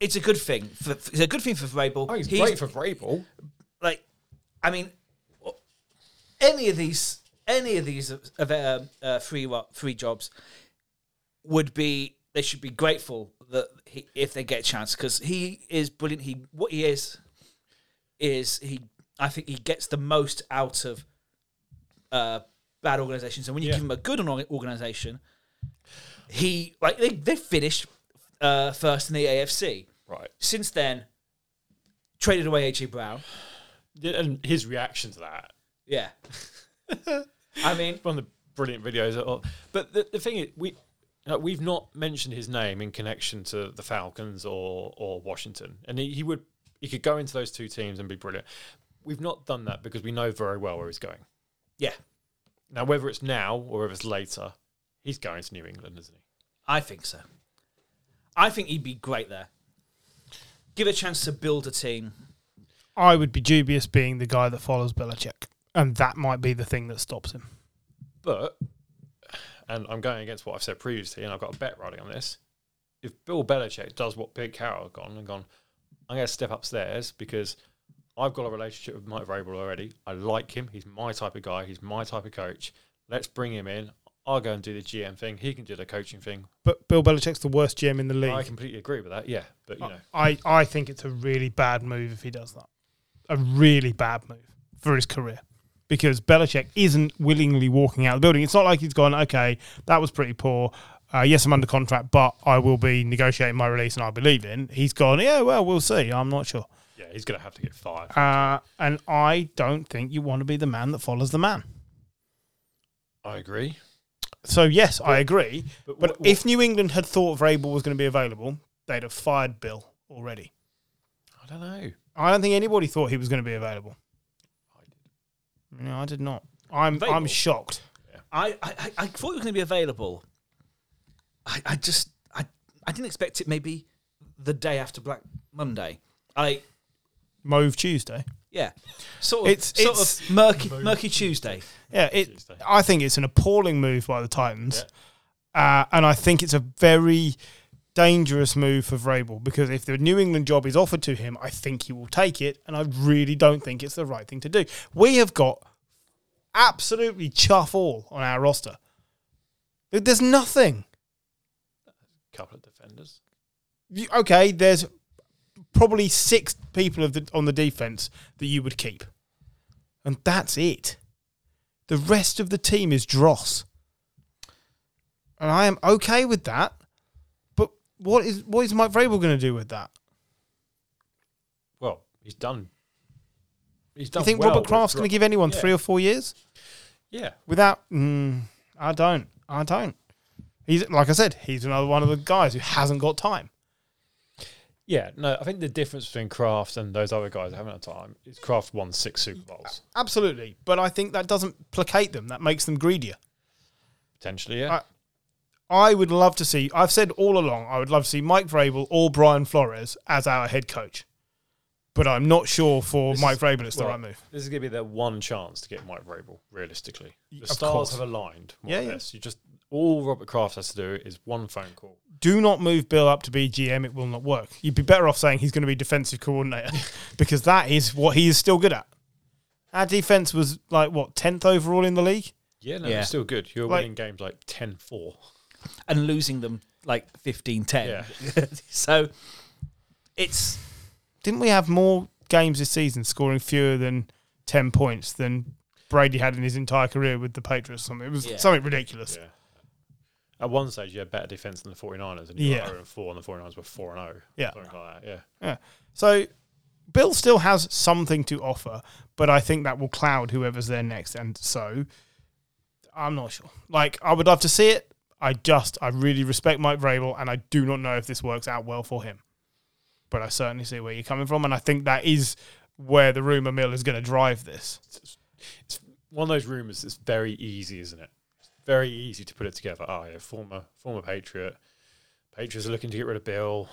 A: it's a good thing. For, it's a good thing for Vrabel.
C: Oh, he's, great for Vrabel.
A: like I mean, any of these, any of these of uh, uh, free wo- free jobs would be they should be grateful that he, if they get a chance because he is brilliant. He what he is is he. I think he gets the most out of uh, bad organizations, and when you
C: Yeah.
A: give him a good org- organization, he like they they finished uh, first in the AFC.
C: Right.
A: Since then, traded away AJ Brown.
C: And his reaction to that
A: Yeah. I mean,
C: one of the brilliant videos. At all. But the, the thing is, we uh, we've not mentioned his name in connection to the Falcons or or Washington, and he, he would he could go into those two teams and be brilliant. We've not done that because we know very well where he's going.
A: yeah,
C: Now, whether it's now or whether it's later, he's going to New England, isn't he?
A: I think so. I think he'd be great there. Give a chance to build a team.
B: I would be dubious being the guy that follows Belichick, and that might be the thing that stops him.
C: But, and I'm going against what I've said previously, and I've got a bet riding on this. If Bill Belichick does what Pete Carroll had gone and gone, I'm going to step upstairs because I've got a relationship with Mike Vrabel already. I like him. He's my type of guy. He's my type of coach. Let's bring him in. I'll go and do the GM thing. He can do the coaching thing.
B: But Bill Belichick's the worst GM in the
C: I
B: league.
C: completely agree with that. Yeah, but
B: Oh.
C: you know,
B: I, I think it's a really bad move if he does that. A really bad move for his career. Because Belichick isn't willingly walking out of the building. It's not like he's gone, okay, that was pretty poor. Uh, yes, I'm under contract, but I will be negotiating my release and I'll be leaving. He's gone, yeah, well, we'll see. I'm not sure.
C: yeah, he's going to have to get fired.
B: Uh, and I don't think you want to be the man that follows the man.
C: I agree.
B: So, yes, I agree.
C: But,
B: But
C: what-
B: if New England had thought Vrabel was going to be available, they'd have fired Bill already.
C: I don't know.
B: I don't think anybody thought he was going to be available.
C: I did.
B: No, I did not. I'm I'm
A: Available?
B: shocked.
A: I, I, I- I thought he was going to be available. I, I just, I, I didn't expect it. Maybe the day after Black Monday. I,
B: Move Tuesday.
A: yeah, sort of,
B: It's-
A: sort
B: it's-
A: of murky, murky Tuesday.
B: Yeah, it.
C: Tuesday.
B: I think it's an appalling move by the Titans, uh, and I think it's a very dangerous move for Vrabel because if the New England job is offered to him, I think he will take it, and I really don't think it's the right thing to do. We have got absolutely chuff all on our roster. There- There's nothing.
C: couple of defenders.
B: You- okay, there's probably six people of the, on the defense that you would keep, and that's it. The rest of the team is dross, and I am okay with that. But what is what is Mike Vrabel going to do with that?
C: Well, he's done. He's
B: Do
C: done.
B: you think
C: well
B: Robert
C: with
B: Kraft's
C: Gro-
B: going to give anyone
C: Yeah.
B: three or four years
C: Yeah,
B: without? Mm, I don't. I don't. He's like I said. He's another one of the guys who hasn't got time.
C: Yeah, no, I think the difference between Kraft and those other guys that haven't had time is Kraft won six Super Bowls
B: Absolutely. But I think that doesn't placate them. That makes them greedier.
C: potentially. Yeah,
B: I- I would love to see, I've said all along, I would love to see Mike Vrabel or Brian Flores as our head coach. But I'm not sure for
C: This
B: Mike
C: is-
B: Vrabel it's the
C: well,
B: right move.
C: This is going to be their one chance to get Mike Vrabel. Realistically, the
B: of
C: stars
B: course.
C: have aligned. More
B: Yeah,
C: yeah,
B: yeah.
C: You just all Robert Kraft has to do is one phone call.
B: Do not move Bill up to be GM. It will not work. You'd be better off saying he's going to be defensive coordinator because that is what he is still good at. Our defense was like, what, 10th overall in the league?
C: Yeah, no,
A: Yeah.
C: it's still good. You're
B: Like-
C: winning games like 10-4.
A: and losing them like 15 10.
C: Yeah.
A: so it's
B: Didn't we have more games this season scoring fewer than 10 points than Brady had in his entire career with the Patriots or something? It was
A: Yeah.
B: something ridiculous.
C: Yeah. At one stage, you had better defense than the 49ers, and you
B: Yeah.
C: were 0 and 4, and the 49ers were 4 and 0.
B: Yeah.
C: Something like that, yeah.
B: So Bill still has something to offer, but I think that will cloud whoever's there next. And so I'm not sure. Like, I would love to see it. I just, I really respect Mike Vrabel, and I do not know if this works out well for him. But I certainly see where you're coming from, and I think that is where the rumor mill is going to drive this.
C: It's one of those rumors that's very easy, isn't it? It's very easy to put it together. Oh, yeah, former, former Patriot. Patriots are looking to get rid of Bill.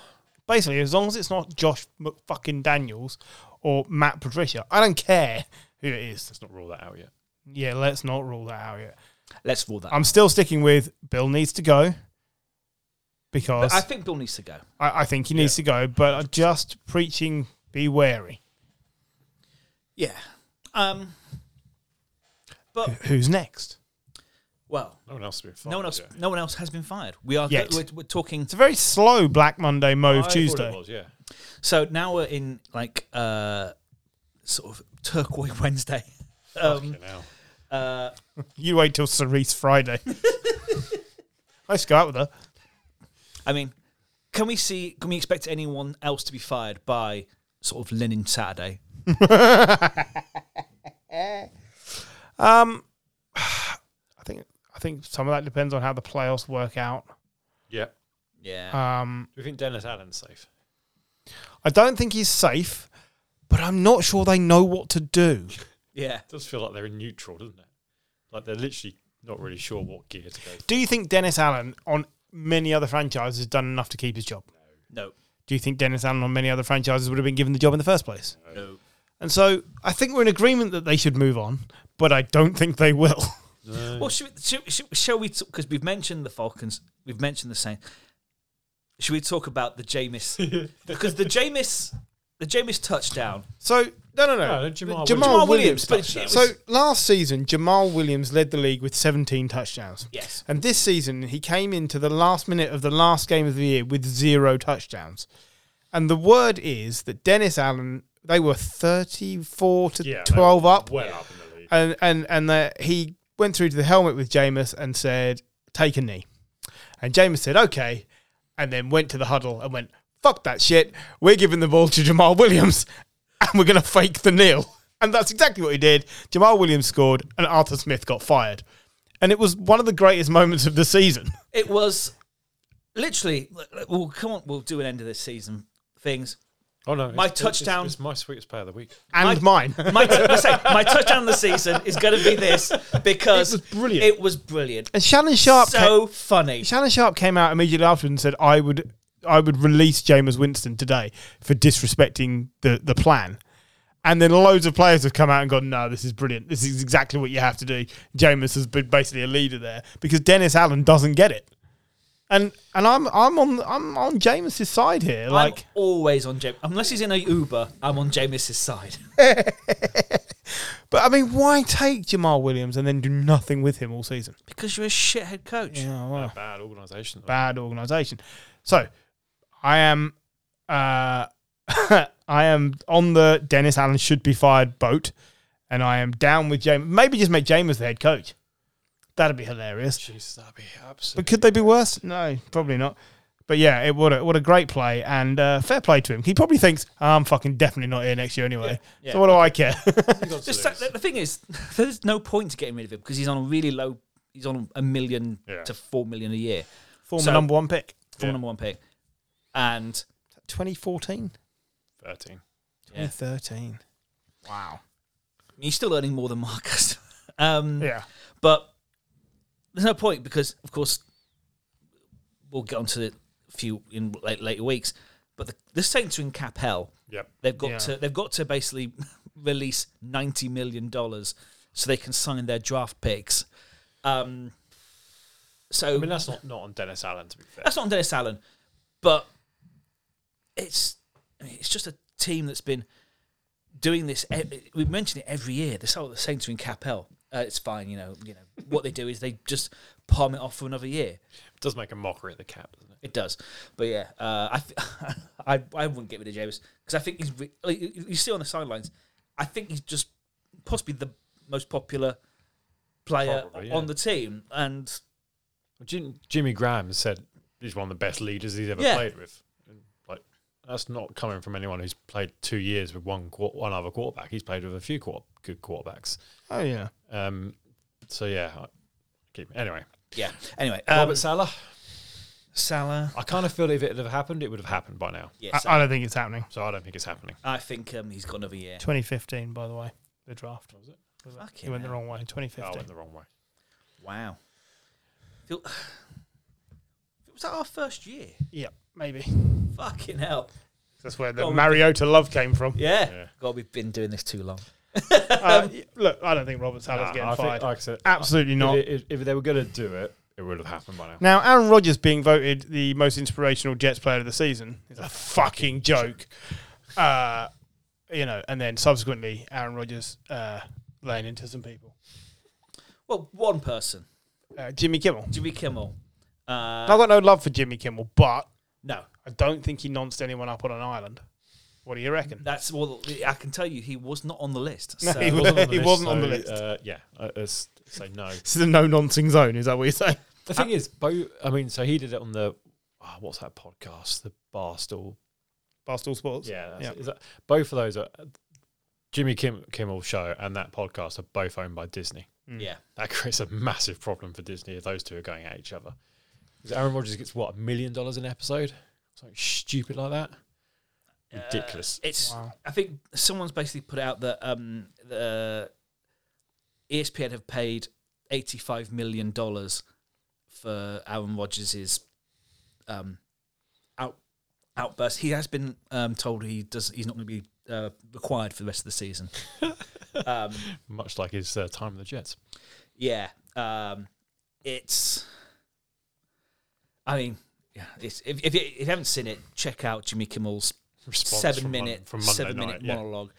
B: Basically, as long as it's not Josh Mc- fucking Daniels or Matt Patricia, I don't care who it is.
C: Let's not rule that out yet.
B: Yeah, let's not rule that out yet.
A: let's rule that.
B: I'm still sticking with Bill needs to go
A: But
B: because
A: I think Bill needs to go.
B: I, I think he needs to go, but I'm just preaching be wary.
A: Yeah. Um but
B: Who's next?
A: well,
C: No one else will be fine.
A: no one else no one else has been fired. We are
B: Yet.
A: we're, we're talking
B: It's a very slow Black Monday move
C: I thought it
B: Tuesday.
C: was, yeah.
A: so now we're in like uh sort of turquoise Wednesday. Um
C: Fucking hell.
A: uh
B: You wait till Cerise Friday. I just go out with her.
A: I mean, can we see can we expect anyone else to be fired by sort of Linen Saturday?
B: Um, I think I think some of that depends on how the playoffs work out.
C: Yeah. Do
A: Yeah.
B: Um,
C: you think Dennis Allen's safe?
B: I don't think he's safe, but I'm not sure they know what to do.
A: yeah.
C: It does feel like they're in neutral, doesn't it? Like they're literally not really sure what gear to go.
B: Do you think Dennis Allen on many other franchises has done enough to keep his job?
A: No.
B: Do you think Dennis Allen on many other franchises would have been given the job in the first place?
A: No.
B: And so I think we're in agreement that they should move on, but I don't think they will.
A: Well, should, we- should, should, shall we? Because we've mentioned the Falcons, we've mentioned the Saints. Should we talk about the Jameis? because the Jameis, the Jameis touchdown.
B: So no, no, no.
C: No,
A: Jamal
C: Jamal
B: Jamal Williams.
A: Williams, but it was-
B: so last season, Jamal Williams led the league with 17 touchdowns.
A: Yes.
B: And this season, he came into the last minute of the last game of the year with zero touchdowns. And the word is that Dennis Allen, they were 34 to
C: Yeah, they
B: 12 up.
C: well up in the league.
B: and and and that he went through to the helmet with Jameis and said, "Take a knee," and Jameis said, "Okay," and then went to the huddle and went, "Fuck that shit! We're giving the ball to Jamal Williams, and we're gonna fake the kneel." And that's exactly what he did. Jamal Williams scored, and Arthur Smith got fired, and it was one of the greatest moments of the season.
A: It was literally. Well, come on, we'll do an end of this season things.
C: Oh no!
A: My
C: it's- it's-
A: touchdown-
C: It's, my sweetest player of the week.
B: And mine.
A: My, t- I say, my touchdown of the season is going to be this because
B: It was brilliant.
A: It was brilliant.
B: and Shannon Sharp. came,
A: so funny.
B: Shannon Sharp came out immediately afterwards and said, "I would, I would release Jameis Winston today for disrespecting the the plan." And then loads of players have come out and gone, "No, this is brilliant. This is exactly what you have to do." Jameis has been basically a leader there because Dennis Allen doesn't get it, and and I'm I'm on I'm on Jameis's side here. Like
A: I'm always on James. Unless he's in a Uber, I'm on Jameis's side.
B: But I mean, why take Jamal Williams and then do nothing with him all season?
A: Because you're a shithead coach.
B: Yeah, well.
C: A bad organisation.
B: bad organization. So I am uh, I am on the Dennis Allen should be fired boat, and I am down with James. Maybe just make James the head coach. That'd be hilarious.
C: Jesus, that'd be absolutely.
B: But could they be worse? No, probably not. But yeah, it what a what a great play and uh, fair play to him. He probably thinks "Ah, I'm fucking definitely not here next year anyway.
A: Yeah.
B: So what do I care?
A: Just that- the thing is, there's no point to getting rid of him because he's on a really low. He's on a million
C: Yeah.
A: to four million a year
B: Former
A: So-
B: number one pick.
A: for
C: Yeah.
A: number one pick, and
D: 2014,
C: 13.
A: Yeah.
D: 2013. Wow.
A: He's still earning more than Marcus. um,
B: Yeah.
A: But there's no point because, of course, we'll get onto it a few in la- later weeks. But the, the Saints are in cap hell.
C: Yep.
A: They've got
B: Yeah.
A: to they've got to basically release ninety million dollars so they can sign their draft picks. Um, so
C: I mean, that's not, not on Dennis Allen, to be fair.
A: that's not on Dennis Allen, but it's I mean, it's just a team that's been doing this. e- We mention it every year. This whole the Saints are in Capel. Uh, it's fine, you know. You know what they do is they just palm it off for another year.
C: It does make a mockery of the cap, doesn't it?
A: It does, but yeah, uh, I, th- I I wouldn't get rid of James because I think he's re- like, you you see on the sidelines. I think he's just possibly the most popular player
C: Probably,
A: on
C: yeah.
A: the team, and
C: Jim, Jimmy Graham said he's one of the best leaders he's ever
A: Yeah.
C: played with. And, like that's not coming from anyone who's played two years with one quar one other quarterback. He's played with a few quar good quarterbacks.
B: Oh yeah.
C: Um, so yeah, I keep anyway.
A: yeah. Anyway,
C: Robert
A: um,
C: Salah.
A: Salah.
C: I kind of feel if it had happened, it would have happened by now.
A: Yeah,
B: I, I don't think it's happening.
C: So I don't think it's happening.
A: I think um, he's got another year.
B: 2015, by the way, the draft.
C: Was it?
A: Fucking
B: He went the
A: hell.
B: wrong way.
C: Oh, I
B: 2015.
C: went the wrong way.
A: Wow. Feel- was that our first year?
B: yeah, maybe.
A: Fucking hell.
B: That's where
A: Oh,
B: the
A: we-
B: Mariota love came from.
A: Yeah.
C: Yeah.
A: God, we've been doing this too long.
B: Uh, y- look, I don't think Robert Salah's
C: Nah,
B: getting
C: I think,
B: fired.
C: like I said,
B: Absolutely not.
C: If, if, if they were going to do it, it would have happened by now.
B: Now, Aaron Rodgers being voted the most inspirational Jets player of the season is a fucking joke. Uh, you know, and then subsequently, Aaron Rodgers uh, laying into some people.
A: Well, one person,
B: Uh, Jimmy Kimmel.
A: Jimmy Kimmel.
B: I've
A: Uh,
B: got no love for Jimmy Kimmel, but
A: no,
B: I don't think he nonced anyone up on an island. What do you reckon?
A: that's well. I can tell you, he was not on the list. So.
B: he
C: It
B: was-
C: wasn't on the
B: It
C: list,
B: wasn't on
C: so,
B: the list.
C: Uh, yeah, I, I s- say no.
B: This is a no noncing zone, is that what you're saying?
C: The
A: Uh,
C: thing is, Bo. I mean, so he did it on the ah, what's that podcast? The Barstool.
B: Barstool Sports.
C: Yeah, that's
B: Yeah.
C: It. Is that, both of those are Jimmy Kim, Kimmel show and that podcast are both owned by Disney.
B: Hmm.
A: yeah,
C: That creates a massive problem for Disney if those two are going at each other. 'Cause Aaron Rodgers gets what a million dollars an episode, something stupid like that. Ridiculous.
A: Uh, it's.
B: Wow.
A: I think someone's basically put out that um, the E ESPN have paid eighty-five million dollars for Aaron Rodgers' um, out outburst. He has been um, told he does. He's not going to be uh, required for the rest of the season. um,
C: Much like his uh, time with the Jets.
A: yeah, um, it's. I mean, yeah, it's, if, if, you, if you haven't seen it, check out Jimmy Kimmel's
C: Response
A: seven
C: from Mon-
A: minute
C: from Monday
A: seven
C: night,
A: minute
C: yeah.
A: monologue.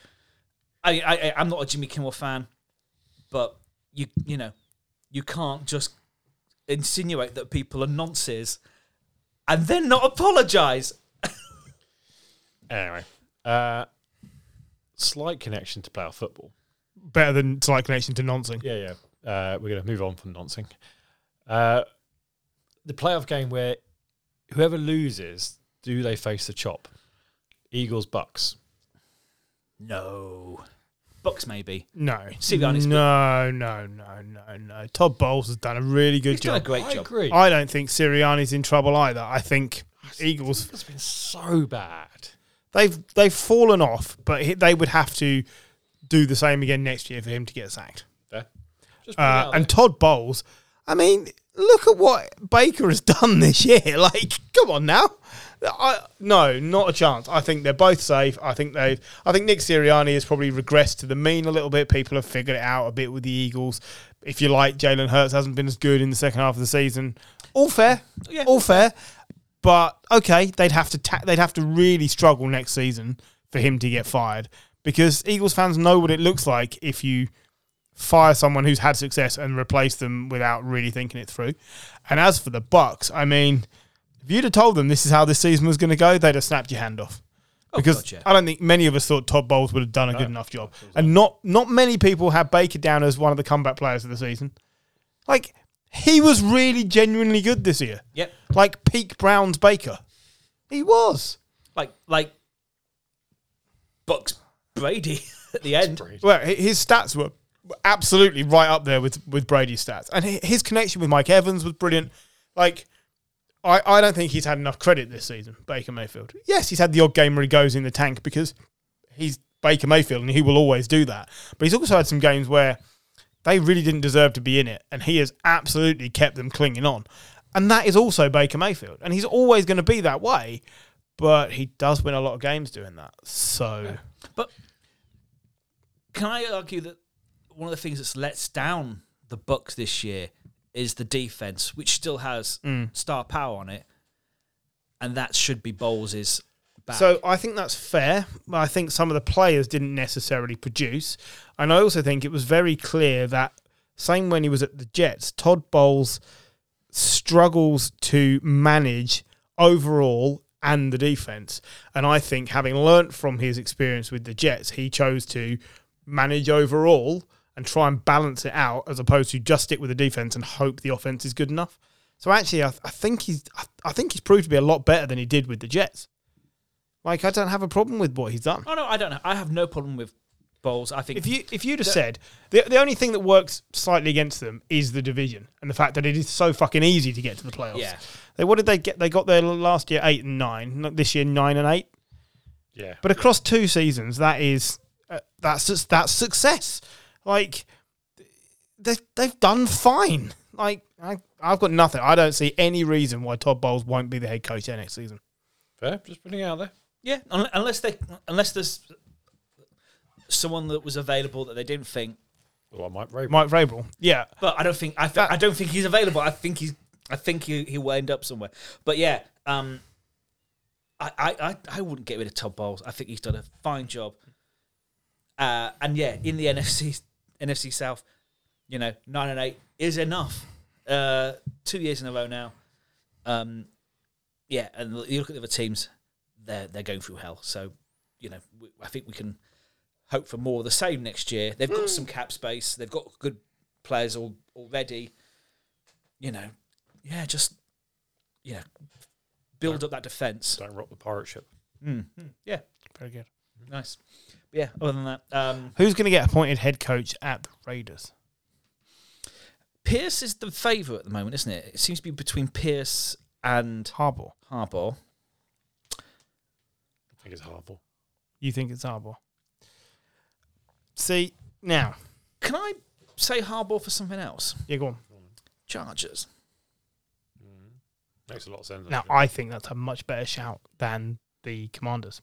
A: I, I I- I'm not a Jimmy Kimmel fan, but you you know you can't just insinuate that people are nonces and then not apologise.
C: Anyway, uh, slight connection to playoff football.
B: Better than slight connection to noncing.
C: Yeah, yeah. Uh, we're going to move on from noncing. Uh, the playoff game where whoever loses, do they face the chop? Eagles, Bucks.
A: No, Bucks maybe.
B: No.
A: See, the
B: no,
A: honest-
B: no, no, no, no. Todd Bowles has done a really good
A: He's
B: job.
A: done a great job.
C: agree.
B: I don't think Sirianni's in trouble either. I think Eagles
C: it's been so bad.
B: they've they've fallen off, but he- they would have to do the same again next year for him to get sacked.
C: Yeah. Just put it
B: Uh,
C: out
B: and
C: there.
B: Todd Bowles, I mean, look at what Baker has done this year. Like, come on now. I, no, not a chance. I think they're both safe. I think they. I think Nick Sirianni has probably regressed to the mean a little bit. People have figured it out a bit with the Eagles. If you like, Jalen Hurts hasn't been as good in the second half of the season. All fair.
A: Yeah.
B: All fair. But okay, they'd have to ta- they'd have to really struggle next season for him to get fired because Eagles fans know what it looks like if you fire someone who's had success and replace them without really thinking it through. And as for the Bucks, I mean, if you'd have told them this is how this season was going to go, they'd have snapped your hand off. Because
A: God, yeah.
B: I don't think many of us thought Todd Bowles would have done a good enough job, and not not many people had Baker down as one of the comeback players of the season. Like he was really genuinely good this year,
A: Yep,
B: like peak Browns Baker. He was.
A: like like Bucks Brady at the end.
B: Well, hi- his stats were absolutely right up there with with Brady's stats, and hi- his connection with Mike Evans was brilliant. Like I, I don't think he's had enough credit this season, Baker Mayfield. Yes, he's had the odd game where he goes in the tank because he's Baker Mayfield and he will always do that. But he's also had some games where they really didn't deserve to be in it and he has absolutely kept them clinging on. And that is also Baker Mayfield. And he's always going to be that way, but he does win a lot of games doing that. So
A: Can I argue that one of the things that's lets down the Bucks this year is the defense, which still has
B: Mm.
A: star power on it, and that should be Bowles's back.
B: So I think that's fair. but I think some of the players didn't necessarily produce. And I also think it was very clear that, same when he was at the Jets, Todd Bowles struggles to manage overall and the defense. And I think having learnt from his experience with the Jets, he chose to manage overall and try and balance it out as opposed to just stick with the defense and hope the offense is good enough. So actually, I, I think he's I, I think he's proved to be a lot better than he did with the Jets. Like I don't have a problem with what he's done.
A: oh no, I don't know. I have no problem with Bowles. I think
B: If you if you'd have said the the only thing that works slightly against them is the division and the fact that it is so fucking easy to get to the playoffs.
A: Yeah.
B: They what did they get? They got there last year eight and nine. not This year nine and eight.
C: Yeah.
B: But across two seasons, that is uh, that's just, that's success. Like they they've done fine. Like I I've got nothing. I don't see any reason why Todd Bowles won't be the head coach there next season.
C: Fair. Just putting it out there.
A: Yeah, un- unless they unless there's someone that was available that they didn't think.
C: Well, I might rape.
B: Mike Vrabel. Yeah.
A: But I don't think I, th- I don't think he's available. I think he's I think he he will end up somewhere. But yeah, um, I, I I I wouldn't get rid of Todd Bowles. I think he's done a fine job. Uh, and yeah, in the NFC NFC South, you know, nine and eight is enough. Uh, two years in a row now. Um, yeah, and you look at the other teams, they're they're going through hell. So, you know, we, I think we can hope for more of the same next year. They've got some cap space. They've got good players all, already. You know, yeah, just you know, build up that defense.
C: Don't rock the pirate ship.
A: Yeah,
B: Very good.
A: nice. Hmm. But yeah, other than that, um,
B: Who's going to get appointed head coach at the Raiders?
A: Pierce is the favorite at the moment, isn't it? It seems to be between Pierce and
B: Harbaugh.
A: Harbaugh.
C: I think it's harmful.
B: You think it's Harbaugh? See now,
A: Can I say Harbaugh for something else?
B: yeah, go on.
A: Chargers.
C: Makes a lot of sense.
B: Now
C: actually.
B: I think that's a much better shout than the Commanders.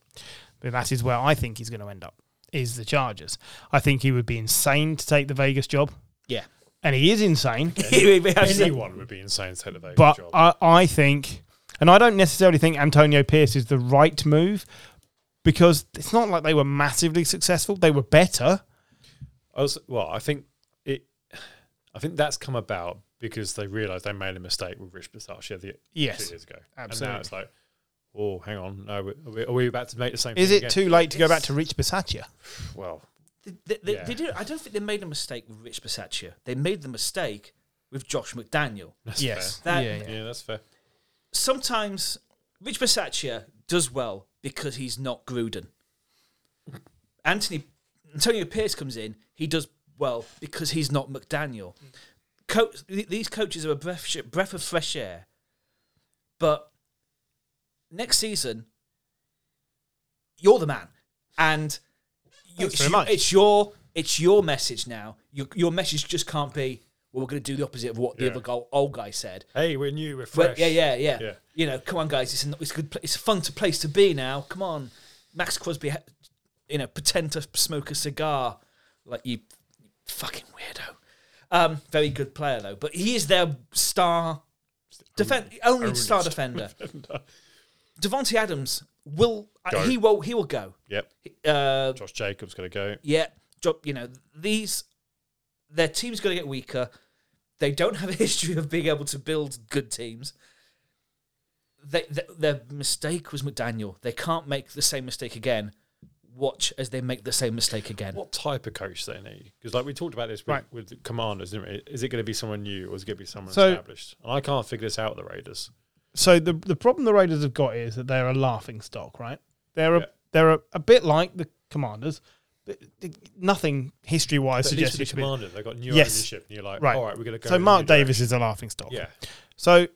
B: But that is where I think he's going to end up. Is the Chargers? I think he would be insane to take the Vegas job,
A: Yeah.
B: and he is insane.
C: Anyone would be insane to take the Vegas
B: But
C: job.
B: I, I think, and I don't necessarily think Antonio Pierce is the right move because it's not like they were massively successful. They were better.
C: I was, well, I think it. I think that's come about because they realised they made a mistake with Rich Pistachio the,
B: Yes,
C: two years ago. And
B: absolutely.
C: now it's like, oh, hang on, no, we- are we, are we about to make the same?
B: Is
C: thing
B: it
C: again?
B: too late to go back to Rich Bisaccia?
C: Well,
A: They, they, they,
C: Yeah.
A: they did, I don't think they made a mistake with Rich Bisaccia. They made the mistake with Josh McDaniel.
C: that's
B: Yes.
A: That-
B: yeah,
C: fair.
B: yeah.
C: Yeah, that's fair.
A: Sometimes Rich Bisaccia does well because he's not Gruden. Anthony Antonio Pierce comes in. He does well because he's not McDaniel. Coach, th- these coaches are a breath, sh- breath of fresh air. But next season, you're the man, and you,
B: Thanks
A: it's,
B: very
A: you-
B: much.
A: it's your it's your message now. Your, your message just can't be. Well, we're going to do the opposite of what the
C: Yeah.
A: other go- old guy said.
C: Hey, we're new, we're fresh.
A: But yeah, yeah, yeah,
C: Yeah.
A: You know, come on, guys. It's a, it's a good. pla- It's a fun to place to be now. Come on, Max Crosby. ha- You know, pretend to smoke a cigar, like you, you fucking weirdo. Um, very good player though, but he is their star defend only
C: only
A: star
C: star
A: defender. Devontae Adams will uh,
C: Go.
A: he will he will go.
C: Yep.
A: Uh,
C: Josh Jacobs going to go.
A: yeah, job. You know, these their team's going to get weaker. They don't have a history of being able to build good teams. They, th their mistake was McDaniel. They can't make the same mistake again. Watch as they make the same mistake again.
C: What type of coach they need? Because like we talked about this with,
B: Right.
C: with the commanders, didn't we? Is it going to be someone new or is it going to be someone
B: So-
C: established? And I can't figure this out. with The Raiders.
B: So the the problem the Raiders have got is that they're a laughing stock, right? They're a
C: Yeah.
B: they're a, a bit like the Commanders, but th- nothing history wise
C: But at least
B: suggests
C: with
B: it
C: the
B: should be.
C: commanders, they've got new
B: Yes.
C: ownership, and you're like,
B: Right.
C: all right, we're going to go.
B: So
C: in a
B: Mark
C: new
B: Davis is a laughing stock.
C: direction.
B: So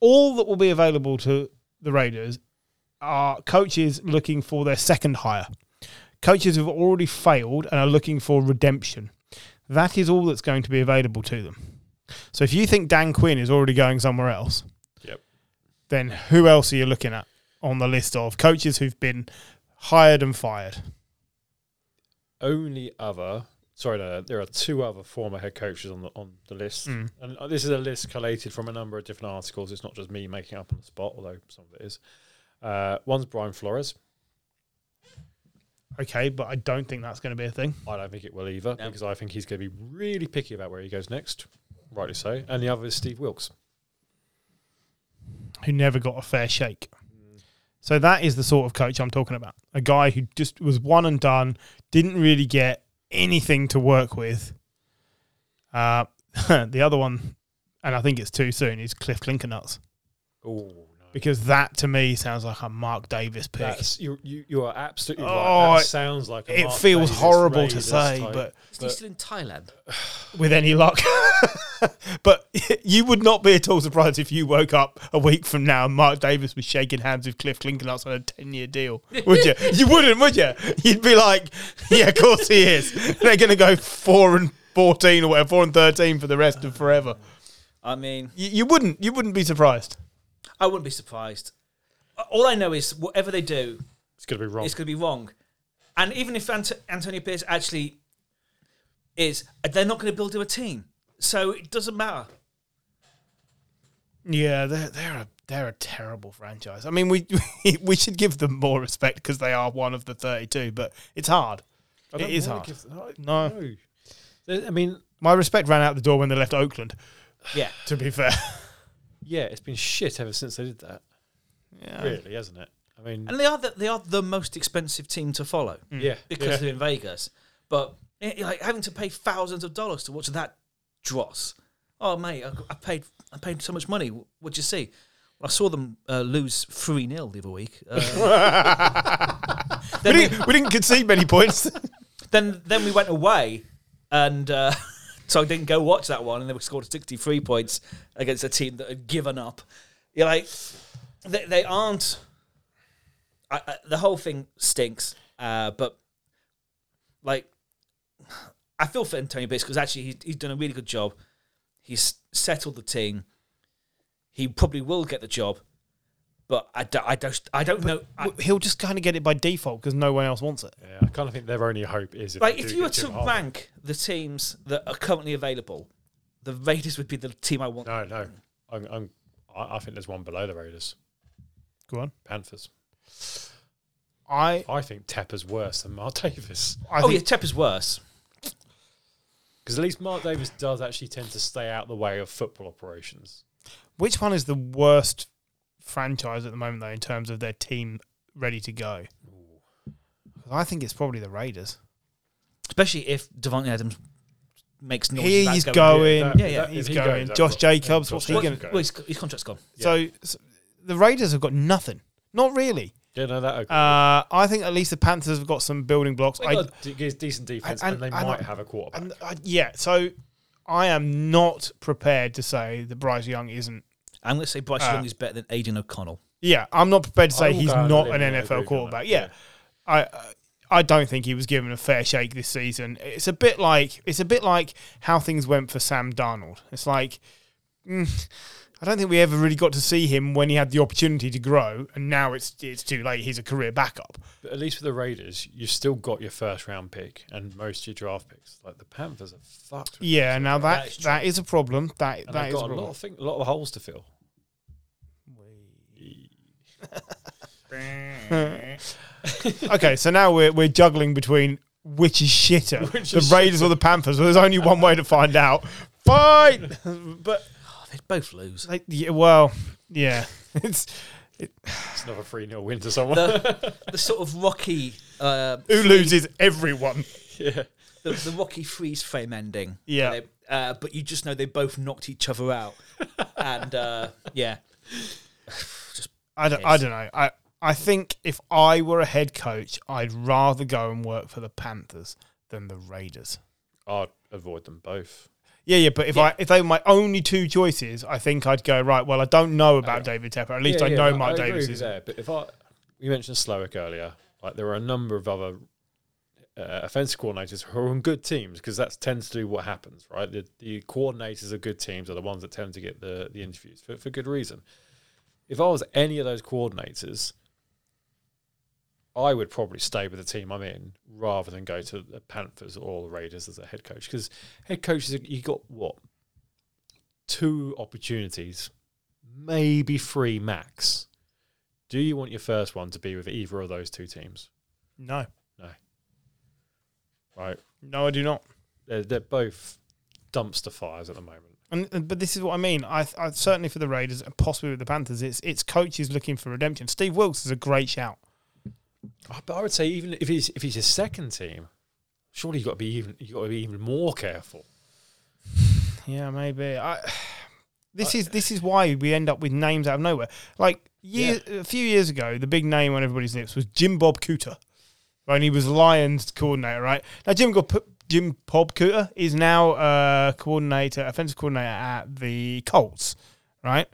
B: all that will be available to the Raiders are coaches looking for their second hire. Coaches who've already failed and are looking for redemption. That is all that's going to be available to them. So if you think Dan Quinn is already going somewhere else,
C: Yep.
B: then who else are you looking at on the list of coaches who've been hired and fired?
C: Only other, sorry, no, no, there are two other former head coaches on the on the list,
B: Mm.
C: and uh, this is a list collated from a number of different articles. It's not just me making up on the spot, although some of it is. Uh, one's Brian Flores.
B: Okay, but I don't think that's going to be a thing.
C: I don't think it will either
A: No.
C: because I think he's going to be really picky about where he goes next, rightly so. And the other is Steve Wilkes.
B: Who never got a fair shake. So that is the sort of coach I'm talking about. A guy who just was one and done, didn't really get anything to work with. Uh, the other one, and I think it's too soon, is Cliff Clinkernuts.
C: Oh no!
B: Because that to me sounds like a Mark Davis pick.
C: That's, you, you, you are absolutely
B: Oh,
C: right. That
B: it-
C: sounds like a
B: it
C: Mark
B: feels
C: Davis
B: horrible to
C: Raiders
B: say,
C: type.
B: but
A: Isn't he still in Thailand?
B: with any luck. but you would not be at all surprised if you woke up a week from now and Mark Davis was shaking hands with Cliff Clinkernuts on a 10 year deal. Would you? You wouldn't, would you? You'd be like, yeah, of course he is. They're going to go 4 and 14 or whatever, 4 and 13 for the rest of forever.
A: I mean,
B: You, you wouldn't. You wouldn't be surprised.
A: I wouldn't be surprised. All I know is whatever they do,
C: it's going to be wrong.
A: it's going to be wrong. And even if Ant- Antonio Pierce actually is, they're not going to build him a team. So it doesn't matter.
B: Yeah, they're, they're, a, they're a terrible franchise. I mean, we, we should give them more respect because they are one of the 32, but it's hard.
C: I
B: It
C: don't
B: is
C: wanna
B: hard.
C: give- no,
B: No.
C: no. There- I mean,
B: My respect ran out the door when they left Oakland,
A: Yeah.
B: to be fair.
C: yeah, it's been shit ever since they did that. Really, hasn't it? I mean,
A: And they are the, they are the most expensive team to follow
C: yeah,
A: because
C: Mm. yeah.
A: they're in Vegas. But eh, like having to pay thousands of dollars to watch that dross. Oh mate, I, I paid I paid so much money. What'd you see? Well, I saw them uh, lose three 0 the other week. Uh, then, we,
B: we didn't concede many points.
A: then then we went away, and uh, so I didn't go watch that one. And then we scored sixty three points against a team that had given up. You're like, they, they aren't. I, I, the whole thing stinks, uh, but like, I feel for Antonio Bates because actually he's, he's done a really good job. He's settled the team. He probably will get the job, but I don't. I don't, I don't know. I-
B: He'll just kind of get it by default because no one else wants it.
C: Yeah, I kind of think their only hope is if
A: like
C: they
A: if
C: do
A: you were
C: get
A: to
C: Jim Harbaugh.
A: rank the teams that are currently available, the Raiders would be the team I want.
C: No, no, I'm, I'm, I I think there's one below the Raiders,
B: Go on.
C: Panthers.
B: I
C: I think Tepper's worse than Mark Davis
B: I
A: oh yeah,
B: think
A: Tepper's worse.
C: because at least Mark Davis does actually tend to stay out the way of football operations.
B: which one is the worst franchise at the moment though in terms of their team ready to go? I think it's probably the Raiders.
A: Especially if Devontae Adams makes noise.
B: He
A: about
B: is going.
A: Yeah, yeah,
C: if
B: he's
C: he
B: going.
C: that's
B: Josh
C: what-
B: Jacobs,
C: Josh
B: what's he
A: Well,
C: Jacobs
B: gonna-
C: is going.
A: well, his, his contract's gone.
B: So, so the Raiders have got nothing. Not really.
C: Yeah, no, that. Okay.
B: Uh, I think at least the Panthers have got some building blocks.
C: They
B: I-
C: got a de- gives decent defense,
B: and-
C: and, they
B: and
C: might
B: I-
C: have a quarterback.
B: and, uh, yeah, so I am not prepared to say that Bryce Young isn't
A: I'm going to say Bryce
B: Uh,
A: Young is better than Aiden O'Connell.
B: Yeah, I'm not prepared to
C: I
B: say
C: will
B: he's
C: go out on
B: not
C: a
B: an
C: limb and
B: NFL
C: agree with you on that,
B: quarterback. Yeah, I I don't think he was given a fair shake this season. It's a bit like it's a bit like how things went for Sam Darnold. It's like mm, I don't think we ever really got to see him when he had the opportunity to grow, and now it's it's too late. He's a career backup.
C: But at least with the Raiders, you've still got your first round pick and most of your draft picks. Like the Panthers are fucked. with
B: Yeah, now that
A: That is true.
B: that is a problem. That
C: And
B: that is a
C: they've got a lot
B: problem.
C: of thing, a lot of holes to fill.
B: okay, so now we're we're juggling between which is shitter, the Raiders or the Panthers. Well, there's only one way to find out. Fight, but.
A: Oh, they both lose.
B: Like, yeah, well, yeah. It's
C: It's another three 0 win to someone.
A: The, the sort of rocky, uh,
B: who loses everyone.
A: the, the rocky freeze frame ending.
B: Yeah.
A: Where they- uh, but you just know they both knocked each other out, and uh, yeah,
B: I don't, I don't know. I I think if I were a head coach, I'd rather go and work for the Panthers than the Raiders.
C: I'd avoid them both.
B: Yeah, yeah, but if
A: Yeah.
B: I if they were my only two choices, I think I'd go right. Well, I don't know about David Tepper. At least I know Mark
C: agree
B: Davis
C: with
B: is.
C: you there. But if I, you mentioned Slovak earlier, like there are a number of other uh, offensive coordinators who are on good teams because that's tends to do what happens, right? The, the coordinators of good teams are the ones that tend to get the the interviews for, for good reason. If I was any of those coordinators, I would probably stay with the team I'm in rather than go to the Panthers or the Raiders as a head coach because head coaches you got what two opportunities, maybe three max. Do you want your first one to be with either of those two teams?
B: No,
C: Right,
B: no, I do not.
C: they're, they're both dumpster fires at the moment.
B: And, and- but this is what I mean. I, I certainly for the Raiders and possibly with the Panthers, it's it's coaches looking for redemption. Steve Wilkes is a great shout.
C: Oh, But I would say even if he's if he's his second team, surely you got to be even you got to be even more careful.
B: Yeah, maybe. I, this is this is why we end up with names out of nowhere. Like year, a few years ago, the big name on everybody's lips was Jim Bob Cooter, right? And he was Lions coordinator, right? Now Jim got Jim Bob Cooter is now uh, coordinator, offensive coordinator at the Colts, right?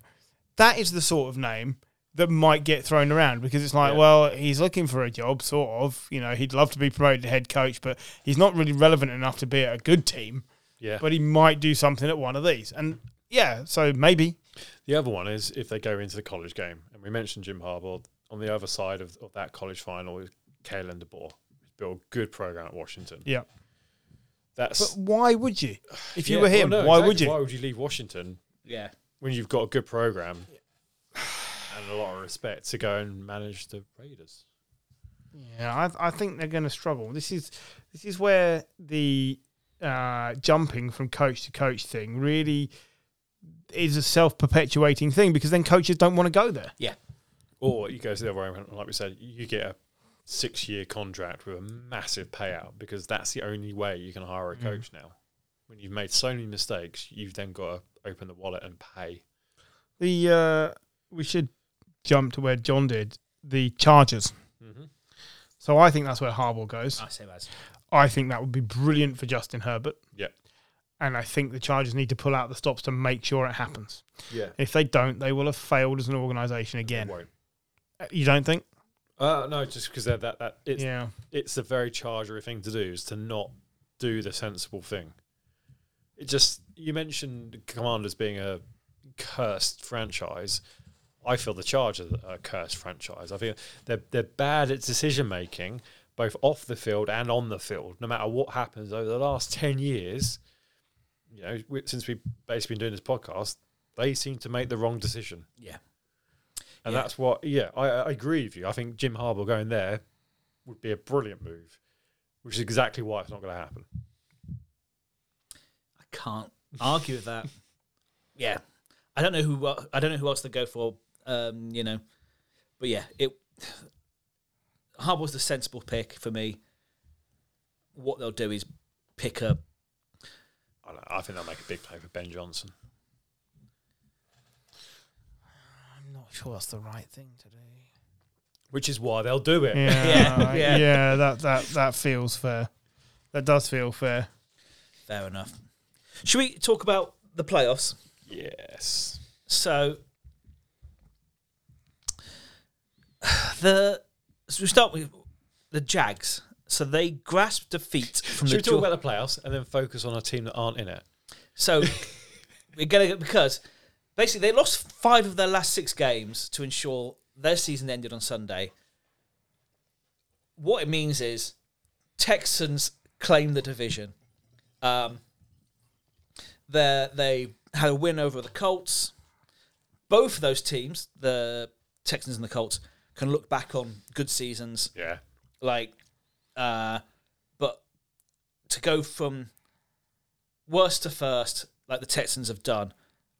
B: That is the sort of name that might get thrown around because it's like,
C: Yeah.
B: well, he's looking for a job, sort of. You know, he'd love to be promoted to head coach, but he's not really relevant enough to be at a good team
C: Yeah.
B: but he might do something at one of these. And yeah, so maybe.
C: The other one is if they go into the college game, and we mentioned Jim Harbaugh on the other side of, of that college final is Kalen DeBoer. He's built a good program at Washington.
B: Yeah. But
C: That's
B: why would you? If you
C: Yeah,
B: were
C: well,
B: him,
C: no,
B: why
C: exactly.
B: would you?
C: Why would you leave Washington
A: Yeah.
C: when you've got a good program and a lot of respect to go and manage the Raiders.
B: Yeah, I, I think they're going to struggle. This is this is where the uh, jumping from coach to coach thing really is a self perpetuating thing because then coaches don't want to go there.
C: Or you go to the other way, around, like we said, you get a six year contract with a massive payout because that's the only way you can hire a coach now. When you've made so many mistakes, you've then got to open the wallet and pay.
B: The uh, we should jump to where John did the Chargers.
C: Mm-hmm.
B: So I think that's where Harbaugh
C: Ah.
B: goes.
A: I say that's
B: I think that would be brilliant for Justin Herbert.
C: Yeah.
B: And I think the Chargers need to pull out the stops to make sure it happens.
C: Yeah.
B: If they don't, they will have failed as an organisation again. You don't think?
C: Uh, no, just because that that it's
B: yeah.
C: it's a very chargery thing to do is to not do the sensible thing. It just you mentioned Commanders being a cursed franchise. I feel the Chargers are a cursed franchise. I feel they're they're bad at decision making, both off the field and on the field. No matter what happens over the last ten years, you know, we- since we've basically been doing this podcast, they seem to make the wrong decision.
A: yeah.
C: And
A: Yeah.
C: that's what, yeah, I, I agree with you. I think Jim Harbaugh going there would be a brilliant move, which is exactly why it's not going to happen.
A: I can't argue with that. Yeah, I don't know who el- I don't know who else to go for. Um, you know, but yeah, it Harbaugh's the sensible pick for me. What they'll do is pick up.
C: I, don't know, I think they'll make a big play for Ben Johnson.
B: I'm not sure that's the right thing to do.
C: Which is why they'll do it.
B: Yeah.
A: Yeah,
B: yeah,
A: yeah.
B: that, that, that feels fair. That does feel fair.
A: Fair enough. Should we talk about the playoffs?
C: Yes.
A: So the so we start with the Jags. So they grasped defeat from
C: Should
A: the
C: we talk
A: Jaw-
C: about the playoffs and then focus on a team that aren't in it?
A: So we're gonna because basically they lost five of their last six games to ensure their season ended on Sunday. What it means is Texans claim the division. Um, they they had a win over the Colts. Both of those teams, the Texans and the Colts, can look back on good seasons
C: Yeah.
A: like uh but to go from worst to first like the texans have done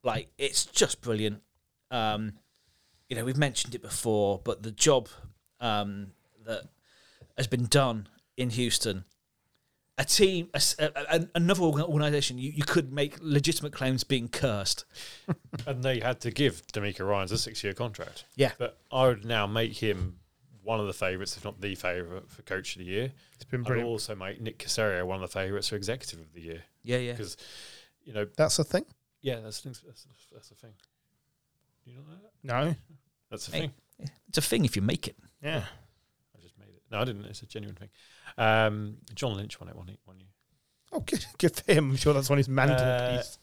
A: like it's just brilliant um you know we've mentioned it before but the job um that has been done in houston a team, a s- a- a- another organization, you, you could make legitimate claims being cursed.
C: And they had to give D'Amico Ryans a six year contract.
A: Yeah.
C: But I would now make him one of the favourites, if not the favourite, for Coach of the Year.
B: It's been
C: I'd
B: brilliant.
C: also make Nick Casario one of the favourites for Executive of the Year.
A: Yeah, yeah.
C: because you know,
E: That's a thing.
C: yeah, that's that's, that's a thing. Do you not know that?
B: No.
C: That's a
A: Hey.
C: thing.
A: It's a thing if you make it.
B: Yeah.
C: I just made it. No, I didn't. It's a genuine thing. Um, John Lynch won it one, one year.
E: Oh, good.
B: Good for him. I'm sure that's one of his management
C: Uh,
B: piece.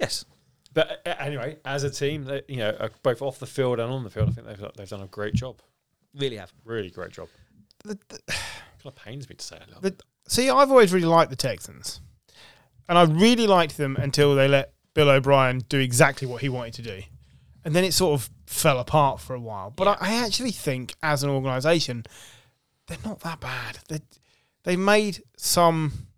A: Yes.
C: But uh, anyway, as a team, they, you know, uh, both off the field and on the field, I think they've done- they've done a great job.
A: Really have.
C: Really great job.
E: The- the-
C: Kind of pains me to say it. a little
B: The-
C: bit.
B: See, I've always really liked the Texans. And I really liked them until they let Bill O'Brien do exactly what he wanted to do. And then it sort of fell apart for a while. But I, I actually think, as an organisation, they're not that bad. They, they made some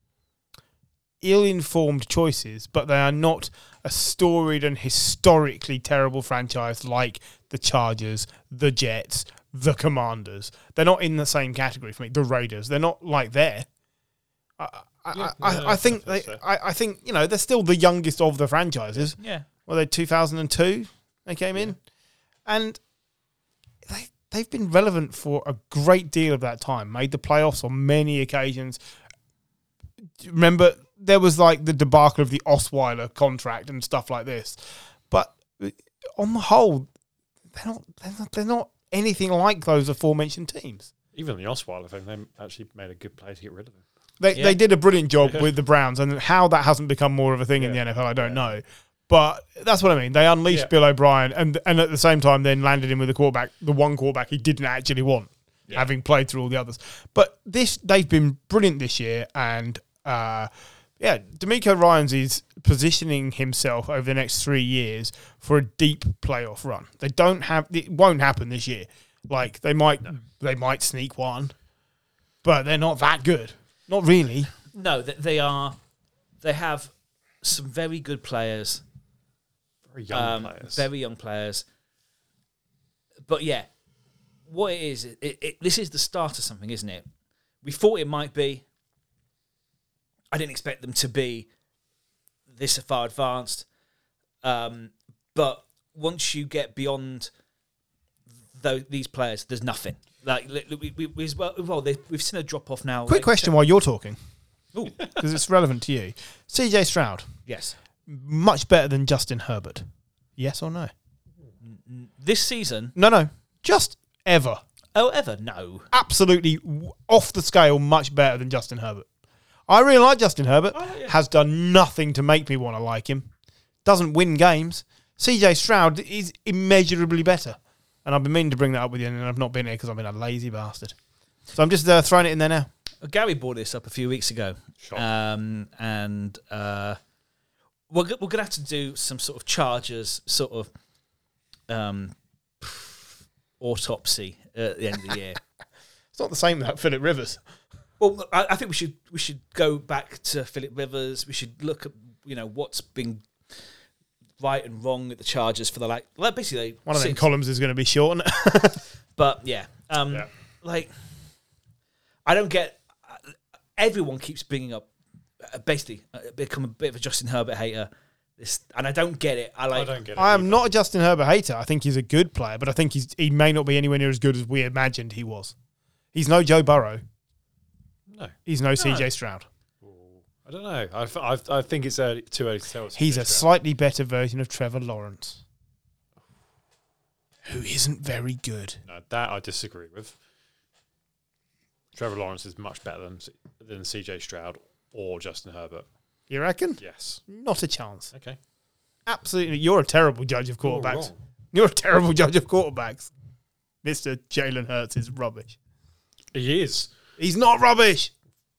B: ill informed choices, but they are not a storied and historically terrible franchise like the Chargers, the Jets, the Commanders. They're not in the same category for me. The Raiders, they're not like there. I, I,
C: Yeah,
B: I,
C: no,
B: I think
C: I
B: they,
C: think so.
B: I, I think you know they're still the youngest of the franchises.
A: Yeah.
B: Were they 2002? They came in, and they they've been relevant for a great deal of that time. Made the playoffs on many occasions. Remember, there was like the debacle of the Osweiler contract and stuff like this, but on the whole, they're not they're not, they're not anything like those aforementioned teams.
C: Even the Osweiler thing, they actually made a good play to get rid of him.
B: They,
A: Yeah.
B: they did a brilliant job with the Browns, and how that hasn't become more of a thing in the NFL, I don't know. But that's what I mean. They unleashed
C: Yeah.
B: Bill O'Brien, and and at the same time, then landed him with a quarterback, the one quarterback he didn't actually want, having played through all the others. But this, they've been brilliant this year, and uh, yeah, D'Amico Ryan's is positioning himself over the next three years for a deep playoff run. They don't have it won't happen this year. Like they might they might sneak one, but they're not that good. Not really.
A: No, th- they are. They have some very good players,
C: Very young
A: um,
C: players.
A: very young players. But yeah, what it is, it, it, this is the start of something, isn't it? We thought it might be. I didn't expect them to be this far advanced. Um, but once you get beyond tho- these players, there's nothing. Like li- li- we, we, we, as well, well, they- we've seen a drop off now.
B: Quick
A: like-
B: question while you're talking,
A: Ooh,
B: because it's relevant to you. CJ Stroud,
A: yes.
B: much better than Justin Herbert. Yes or no?
A: This season,
B: No, no. Just ever.
A: oh, ever no.
B: Absolutely w- off the scale, much better than Justin Herbert. I really like Justin Herbert. Has done nothing to make me want to like him. Doesn't win games. CJ Stroud is immeasurably better. And I've been meaning to bring that up with you, and I've not been here because I've been a lazy bastard. So I'm just uh, throwing it in there now.
A: Uh, Gary brought this up a few weeks ago,
C: Sure.
A: um, and uh, we're go- we're gonna have to do some sort of charges, sort of um, autopsy at the end of the year.
B: It's not the same without Philip Rivers.
A: Well, I, I think we should we should go back to Philip Rivers. We should look at you know what's been right and wrong at the Chargers for the like, like basically
B: One of them
A: since-
B: columns is going to be short.
A: But yeah, um,
C: Yeah.
A: like I don't get. uh, Everyone keeps bringing up, uh, basically, uh, become a bit of a Justin Herbert hater. This and I don't get it. I
C: I
A: like.
C: don't get it.
B: I am not a Justin Herbert hater. I think he's a good player, but I think he's he may not be anywhere near as good as we imagined he was. He's no Joe Burrow.
C: No.
B: He's no, CJ Stroud.
C: I don't know. I, f- I've- I think it's early, too early to tell. it's
B: He's a
C: Stroud.
B: slightly better version of Trevor Lawrence, who isn't very good.
C: No, Uh, that I disagree with. Trevor Lawrence is much better than C- than CJ Stroud or Justin Herbert.
B: You reckon?
C: Yes.
B: Not a chance.
C: Okay.
B: Absolutely. You're a terrible judge of
C: You're
B: quarterbacks.
C: wrong.
B: You're a terrible judge of quarterbacks. Mr. Jalen Hurts is rubbish.
C: He is.
B: He's not rubbish.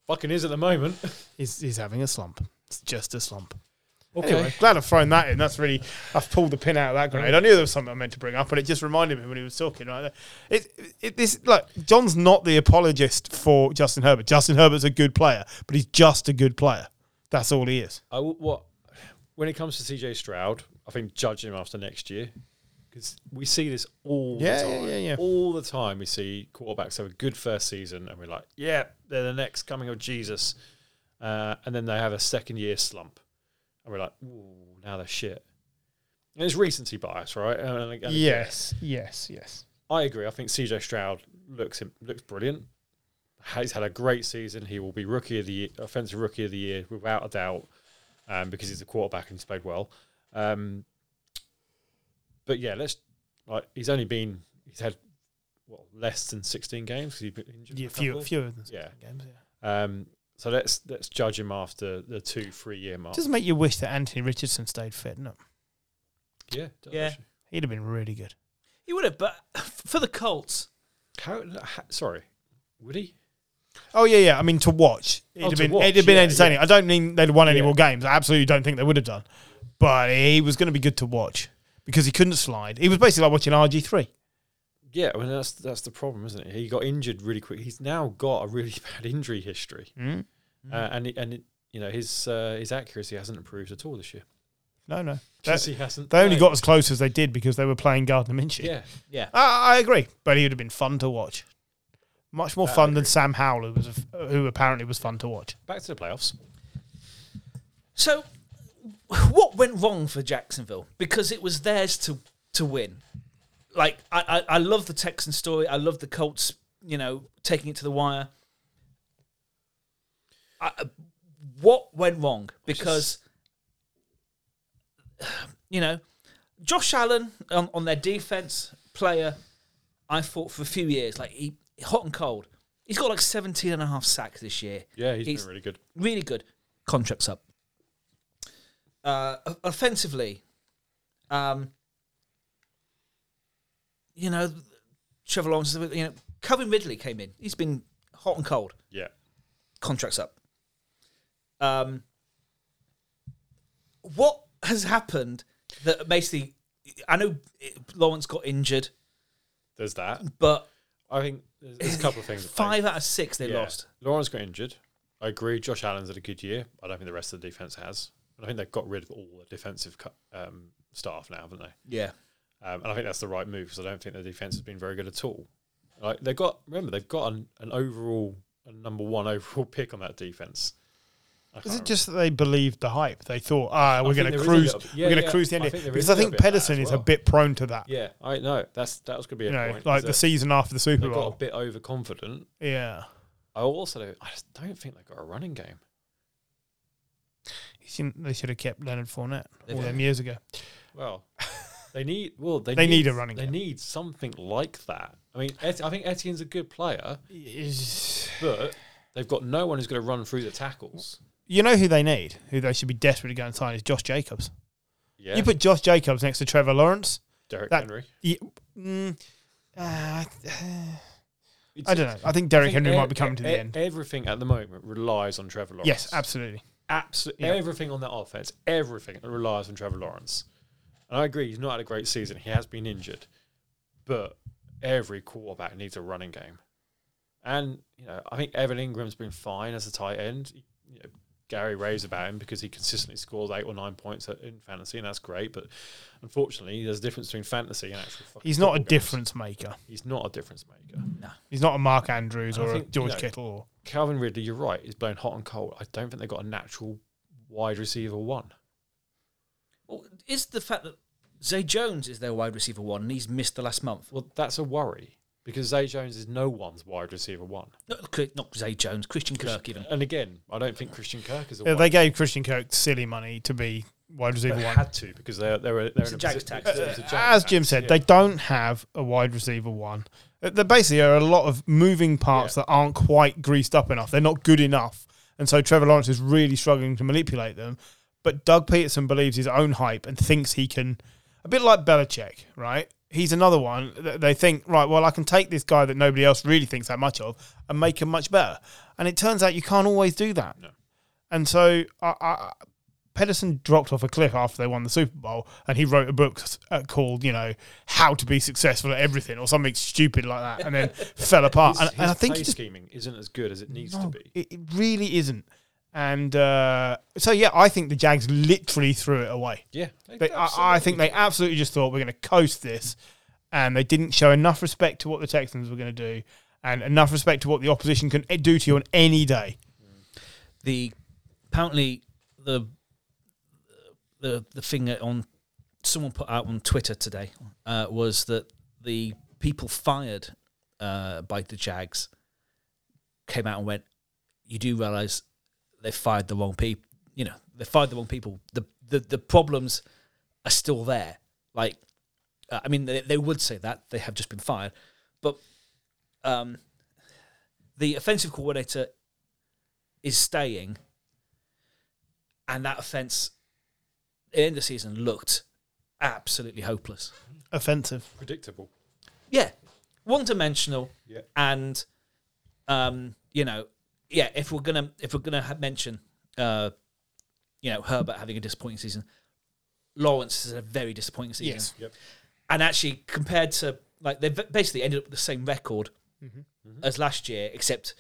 C: Fucking is at the moment.
B: He's, he's having a slump. It's just a slump.
C: Okay.
B: Anyway, glad I've thrown that in. That's really, I've pulled the pin out of that grenade. I knew there was something I meant to bring up, and it just reminded me when he was talking right there. It, it, this, look, John's not the apologist for Justin Herbert. Justin Herbert's a good player, but he's just a good player. That's all he is.
C: I w- what when it comes to CJ Stroud, I think judge him after next year because we see this all
B: Yeah,
C: the
B: yeah,
C: time.
B: yeah, yeah.
C: All the time we see quarterbacks have a good first season and we're like, yeah, they're the next coming of Jesus, uh, and then they have a second year slump, and we're like, ooh, now they're shit. And it's recency bias, right? And- and- and again,
B: Yes, yes, yes.
C: I agree. I think CJ Stroud looks looks brilliant. He's had a great season. He will be rookie of the year, offensive rookie of the year without a doubt. um, because he's a quarterback and he's played well. Um, but yeah, let's. Like, he's only been he's had what less than sixteen games because he's been injured.
B: Yeah,
C: a
B: fewer,
C: couple.
B: fewer than
C: Yeah.
B: games. Yeah.
C: Um, so let's let's judge him after the two three year mark.
B: Does make you wish that Anthony Richardson stayed fit? No,
C: yeah, it does
A: Yeah.
C: actually.
B: he'd have been really good.
A: He would have, but for the Colts,
C: How, how? Sorry, would he?
B: Oh yeah, yeah. I mean, to watch, it'd
C: Oh,
B: have
C: to
B: been
C: watch,
B: it'd have been
C: yeah,
B: entertaining. I don't mean they'd won any
C: Yeah.
B: more games. I absolutely don't think they would have done. But he was going to be good to watch because he couldn't slide. He was basically like watching RG three.
C: Yeah, well, that's that's the problem, isn't it? He got injured really quick. He's now got a really bad injury history, uh, and it- and it, you know his uh, his accuracy hasn't improved at all this year.
B: No, no.
C: Because
B: That-
C: he hasn't.
B: they only
C: played.
B: got as close as they did because they were playing Gardner Minshew.
C: yeah.
A: yeah,
B: I, I agree, but he would have been fun to watch. Much more
C: I
B: fun
C: agree.
B: than Sam Howell, who was a f who apparently was fun to watch.
C: Back to the playoffs.
A: So, what went wrong for Jacksonville? Because it was theirs to to win. Like I, I, I love the Texan story. I love the Colts. You know, taking it to the wire. I, what went wrong? Because you know, Josh Allen on, on their defense player. I thought for a few years, like he hot and cold. He's got like 17 and a half sacks this year
C: Yeah, he's
A: He's-
C: been really good.
A: really good. Contracts up. Uh, o- offensively, um, you know, Trevor Lawrence. You know, Calvin Ridley came in. He's been hot and cold.
C: Yeah,
A: Contracts up. Um, what has happened that basically? I know Lawrence got injured,
C: there's that.
A: but
C: I think there's, there's a couple of things. at play.
A: five out of six they
C: Yeah.
A: lost.
C: Lawrence got injured. I agree. Josh Allen's had a good year. I don't think the rest of the defense has. And I think they've got rid of all the defensive cu- um, staff now, haven't they?
A: Yeah,
C: Um, and I think that's the right move because I don't think their defense has been very good at all. Like they've got, remember, they've got an, an overall, a number one overall pick on that defense. I
B: Is
C: can't
B: it just that they believed the hype? They thought, ah, we're
C: think
B: going to
C: there is a
B: cruise,
C: little bit-
B: we're
C: yeah,
B: going to
C: yeah,
B: cruise the
C: I
B: end. of
C: think
B: it.
C: there
B: because
C: is a
B: I think
C: little bit of that
B: Pedersen
C: as
B: is
C: well.
B: a bit prone to that.
C: remember. Yeah, I know that's that was going to be a
B: you know,
C: point.
B: like
C: is
B: the
C: that
B: season after the Super
C: they got a
B: Bowl.
C: bit overconfident.
B: Yeah,
C: I also, don't- I just don't think they've got a running game.
B: You think they should have kept Leonard Fournette all
A: Yeah.
B: them years ago.
C: Well, they need. Well, they,
B: They need a running
C: They
B: game.
C: need something like that. I mean, Et- I think Etienne's a good player,
B: You
C: but they've got no one who's going to run through the tackles.
B: know who they need, who they should be desperate to go and sign is Josh Jacobs.
C: Yeah,
B: You put Josh Jacobs next to Trevor Lawrence.
C: Derek
B: that-
C: Henry.
B: You, mm, uh, I don't know. I think Derek Henry might be coming to the end.
C: e- Everything at the moment relies on Trevor Lawrence.
B: Yes, absolutely.
C: absolutely.
B: Yeah.
C: Everything on that offense, everything relies on Trevor Lawrence. And I agree, he's not had a great season. He has been injured, but every quarterback needs a running game. And you know, I think Evan Ingram's been fine as a tight end. You know, Gary raves about him because he consistently scores eight or nine points at- in fantasy, and that's great. But unfortunately, there's a difference between fantasy and actual. fucking
B: He's not a
C: football games.
B: difference maker.
C: He's not a difference maker.
B: He's not a Mark Andrews
C: I
B: or
C: think,
B: a
C: you
B: George
C: know,
B: Kittle. Or,
C: Calvin Ridley, you're right, is blown hot and cold. I don't think they've got a natural wide receiver one.
A: well, is the fact that Zay Jones is their wide receiver one and he's missed the last month?
C: Well, that's a worry because Zay Jones is no one's wide receiver one.
A: Not, not Zay Jones, Christian Kirk, even.
C: And again, I don't think Christian Kirk is a
B: Yeah,
C: one.
B: they gave Christian Kirk silly money to be wide receiver
C: They
B: one.
C: had to because they're they're, they're
A: It's
C: in
A: a Jags
C: posi-
A: tax, isn't
C: it's a Jags
B: As Jim
C: tax,
B: said,
C: yeah.
B: they don't have a wide receiver one. Uh, There basically are a lot of moving parts that aren't quite greased up enough. They're not good enough. And so Trevor Lawrence is really struggling to manipulate them. But Doug Peterson believes his own hype and thinks he can, a bit like Belichick, right? He's another one. that They think, right, well, I can take this guy that nobody else really thinks that much of and make him much better. And it turns out you can't always do that.
C: No.
B: And so I, I, Pedersen dropped off a cliff after they won the Super Bowl, and he wrote a book uh, called, you know, How to Be Successful at Everything or something stupid like that, and then fell apart.
C: His,
B: and, and
C: his
B: I think
C: play
B: he just
C: scheming isn't as good as it needs to
B: no,
C: be.
B: It, it really isn't. And uh, so, yeah, I think the Jags literally threw it away.
C: Yeah,
B: They, I, I think they absolutely just thought we're going to coast this, and they didn't show enough respect to what the Texans were going to do, and enough respect to what the opposition can eh, do to you on any day.
A: the apparently the the the thing that on someone put out on Twitter today uh, was that the people fired uh, by the Jags came out and went, "You do realize they fired the wrong people. You know, they- They fired the wrong people. The the, the problems are still there. Like, uh, I mean, they, they would say that they have just been fired, but um, the offensive coordinator is staying, and that offense at the end of the season looked absolutely hopeless.
B: offensive.
C: Predictable.
A: Yeah, one dimensional,
C: Yeah.
A: and um, you know, yeah. If we're gonna if we're gonna ha- mention, uh, you know, Herbert having a disappointing season, Lawrence is a very disappointing season.
B: Yes.
C: Yep.
A: And actually, compared to like they v- basically ended up with the same record
C: Mm-hmm.
A: as last year, except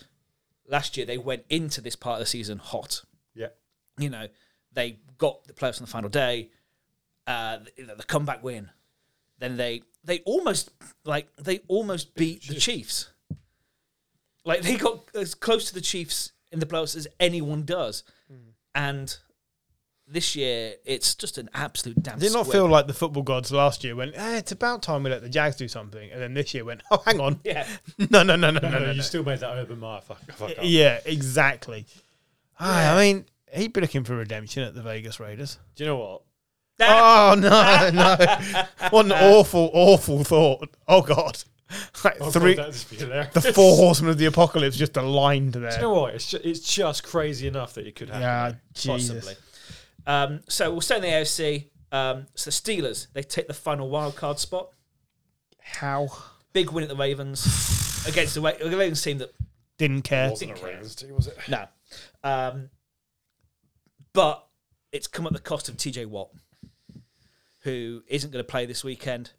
A: last year they went into this part of the season hot
C: Yeah.
A: you know, they got the playoffs on the final day, uh, the, the comeback win. Then they they almost like they almost beat the Chiefs. Like they got as close to the Chiefs in the playoffs as anyone does,
B: Hmm.
A: and this year it's just an absolute damn.
B: Did it
A: squib.
B: not feel like the football gods last year went, eh, it's about time we let the Jags do something. And then this year went, oh, hang on.
A: Yeah,
B: No, no, no, no, no,
C: No,
B: no.
C: you
B: no.
C: still made that Urban Meyer fuck, fuck up.
B: Yeah, exactly. Ah, I mean, he'd be looking for redemption at the Vegas Raiders.
C: Do you know what?
B: Oh, no, no. What an awful, awful thought. Oh, God. Like
C: Oh, God,
B: three,
C: that'd just be hilarious.
B: the four horsemen of the apocalypse just aligned
C: Do
B: there.
C: you know what? It's just, it's just crazy enough that it could happen.
B: yeah,
A: possibly.
B: Jesus.
A: Um, so we'll stay in the AFC. Um, so Steelers they take the final wild card spot.
B: How?
A: Big win at the Ravens against the Ra- the Ravens team that
B: Didn't
C: It
B: care.
C: wasn't a
A: Didn't care.
C: Ravens team, was it?
A: No. Um, but it's come at the cost of TJ Watt, who isn't going to play this weekend.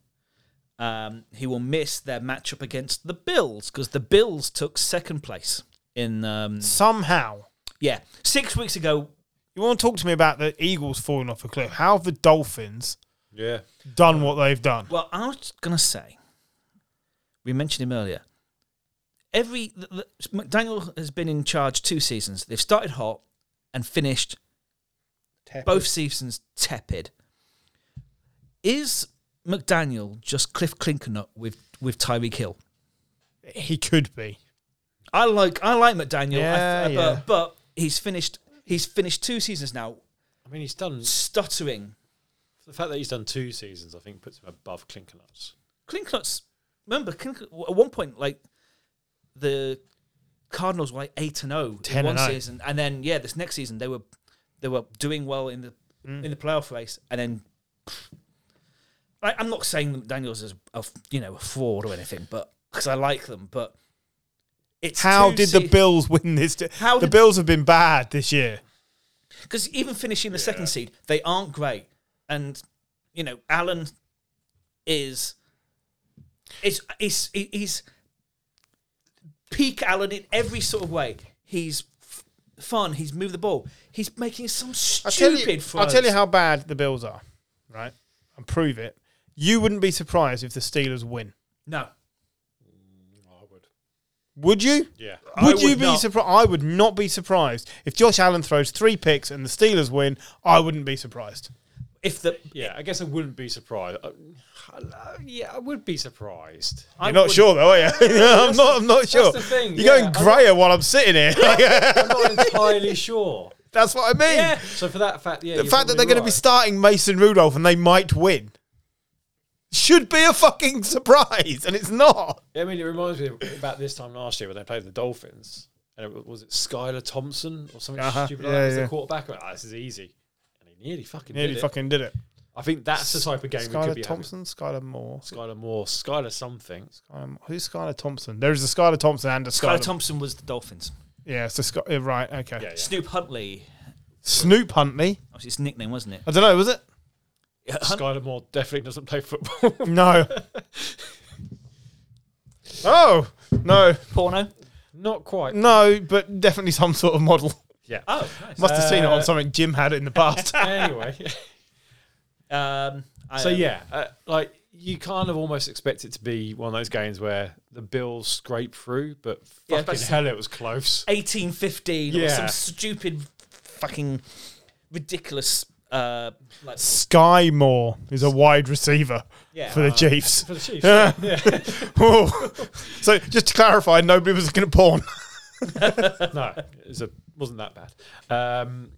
A: Um, he will miss their matchup against the Bills because the Bills took second place in um,
B: Somehow.
A: yeah six weeks ago.
B: You want to talk to me about the Eagles falling off a cliff? How have the Dolphins
C: Yeah.
B: done what they've done?
A: Well, I was going to say we mentioned him earlier. Every the, the, McDaniel has been in charge two seasons. They've started hot and finished both seasons tepid. Is McDaniel just Cliff Clinkernut with with Tyreek Hill?
B: He could be.
A: I like I like McDaniel, I
B: Yeah,
A: th-
B: yeah.
A: But, but he's finished he's finished two seasons now,
C: I mean, he's done.
A: stuttering.
C: The fact that he's done two seasons, I think, puts him above Clinkernuts.
A: Clinkernut's remember Clinkernut, at one point like the Cardinals were like eight and zero in
B: 10
A: one
B: and 0.
A: season, and then yeah, this next season they were they were doing well in the
B: Mm.
A: in the playoff race, and then. I, I'm not saying that McDaniel's is a f- you know a fraud or anything, but because I like them, but it's
B: How did the Bills win this? t-
A: How
B: the
A: did-
B: Bills have been bad this year.
A: because even finishing the second seed, they aren't great, and you know Allen is is is he's peak Allen in every sort of way. He's f- fun. He's moved the ball. He's making some
B: I'll tell,
A: stupid
B: you,
A: throws.
B: I'll tell you how bad the Bills are, right? And prove it. You wouldn't be surprised if the Steelers win.
A: No,
C: Oh, I would.
B: Would you?
C: Yeah.
B: Would you
A: would
B: be
A: not.
B: surprised? I would not be surprised. If Josh Allen throws three picks and the Steelers win, I wouldn't be surprised.
A: if the
C: Yeah, I guess I wouldn't be surprised. Uh, hello? yeah, I would be surprised.
A: I
B: You're not
A: wouldn't-
B: sure, though, are you? I'm, not, I'm not sure.
C: the thing,
B: You're
C: yeah.
B: going grayer while I'm sitting here.
C: I'm not entirely sure.
B: That's what I mean.
A: Yeah.
C: So for that fact, yeah,
B: The fact that they're going to be starting Mason Rudolph and they might win should be a fucking surprise, and it's not.
C: I mean, it reminds me about this time last year when they played the Dolphins, and it, wa- was it Skylar Thompson or something
B: Uh-huh.
C: stupid
B: Yeah,
C: like that as
B: yeah.
C: the quarterback? I went, "Ah, this is easy, and he nearly fucking
B: Nearly
C: did it.
B: fucking did it.
C: I think that's the type of game we could be
B: Skylar Thompson, Skylar Moore.
C: having. Skylar Moore, Skylar something.
B: Um, who's Skylar Thompson? There is a Skylar Thompson and a Skylar.
A: Skylar Thompson was the Dolphins.
B: yeah, so Sky- yeah, right, okay.
C: Yeah, yeah.
A: Snoop Huntley,
B: Snoop Huntley.
A: that was his nickname, wasn't it?
B: I don't know, was it?
A: Hunt-
C: Skylar Moore definitely doesn't play football.
B: No. oh no,
A: porno.
C: Not quite.
B: no, but definitely some sort of model.
C: Yeah.
A: Oh, nice.
B: Must have seen it on
C: Uh,
B: something Jim had in the past.
C: anyway,
A: Um, I,
C: so
A: um,
C: yeah, uh, like you kind of almost expect it to be one of those games where the Bills scrape through, but
A: Yeah,
C: fucking
A: but-
C: hell, it was close.
A: 1815 or
C: Yeah.
A: some stupid fucking ridiculous uh like
B: Sky Moore is a wide receiver
A: yeah uh,
B: for the Chiefs.
C: Uh, For the Chiefs,
B: Yeah. Whoa. so just to clarify, nobody was looking at porn.
C: no, it was a, wasn't that bad. Um,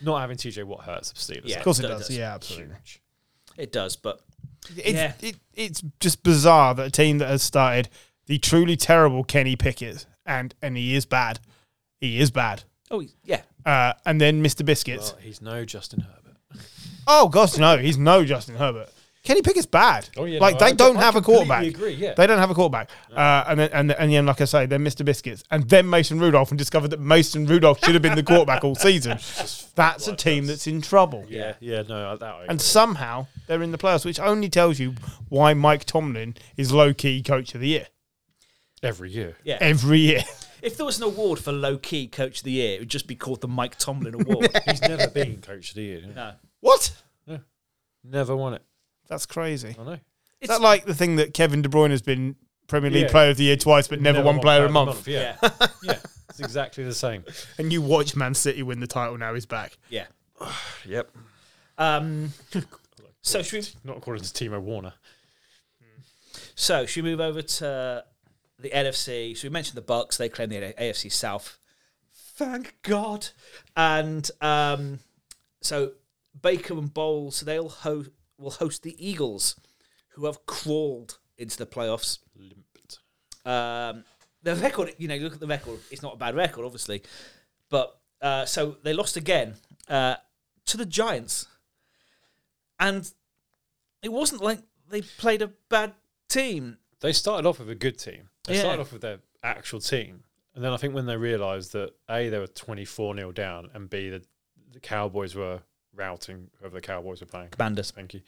C: Not having TJ Watt hurts the Steelers.
A: Yeah.
B: Of course it
A: It
B: does.
A: does.
B: Yeah, absolutely.
A: It does, but
B: It's,
A: Yeah.
B: it, it's just bizarre that a team that has started the truly terrible Kenny Pickett, and, and he is bad. He is bad.
A: oh yeah,
B: Uh, and then Mr. Biscuits.
C: Well, he's no Justin Herbert.
B: Oh gosh, no, he's no Justin Herbert. Kenny Pickett's bad.
C: Oh, yeah,
B: like
C: no,
B: they
C: I-
B: don't
C: I
B: have a
C: completely
B: quarterback.
C: agree, yeah.
B: They don't have a quarterback. Uh, and then and and then like I say, then Mr. Biscuits, and then Mason Rudolph, and discovered that Mason Rudolph should have been the quarterback all season. That's a team that's in trouble.
C: Yeah, yeah, no, that I agree.
B: And somehow they're in the playoffs, which only tells you why Mike Tomlin is low key coach of the year
C: every year.
A: yeah.
B: every year.
A: If there was an award for low key coach of the year, it would just be called the Mike Tomlin Award.
C: He's never been coach of the year.
A: no,
B: what?
C: Never won it.
B: That's crazy.
C: I know.
B: Is that like the thing that Kevin De Bruyne has been Premier League
C: Yeah.
B: Player of the Year twice, but never, one player a month.
C: Yeah. yeah. It's exactly the same.
B: And you watch Man City win the title now. He's back.
A: yeah.
C: Yep.
A: Um, so should we
C: Not according to Timo Warner.
A: So should we move over to the NFC? So we mentioned the Bucks; they claim the AFC South. Thank God. And um, so Baker and Bowles they'll ho- will host the Eagles, who have crawled into the playoffs.
C: Limped.
A: Um, the record, you know, you look at the record; it's not a bad record, obviously. But uh, so they lost again uh, to the Giants, and it wasn't like they played a bad team.
C: They started off with a good team. They
A: Yeah.
C: started off with their actual team. And then I think when they realised that A, they were 24 0 down, and B, the, the Cowboys were routing whoever the Cowboys were playing.
A: Commanders.
C: Thank you.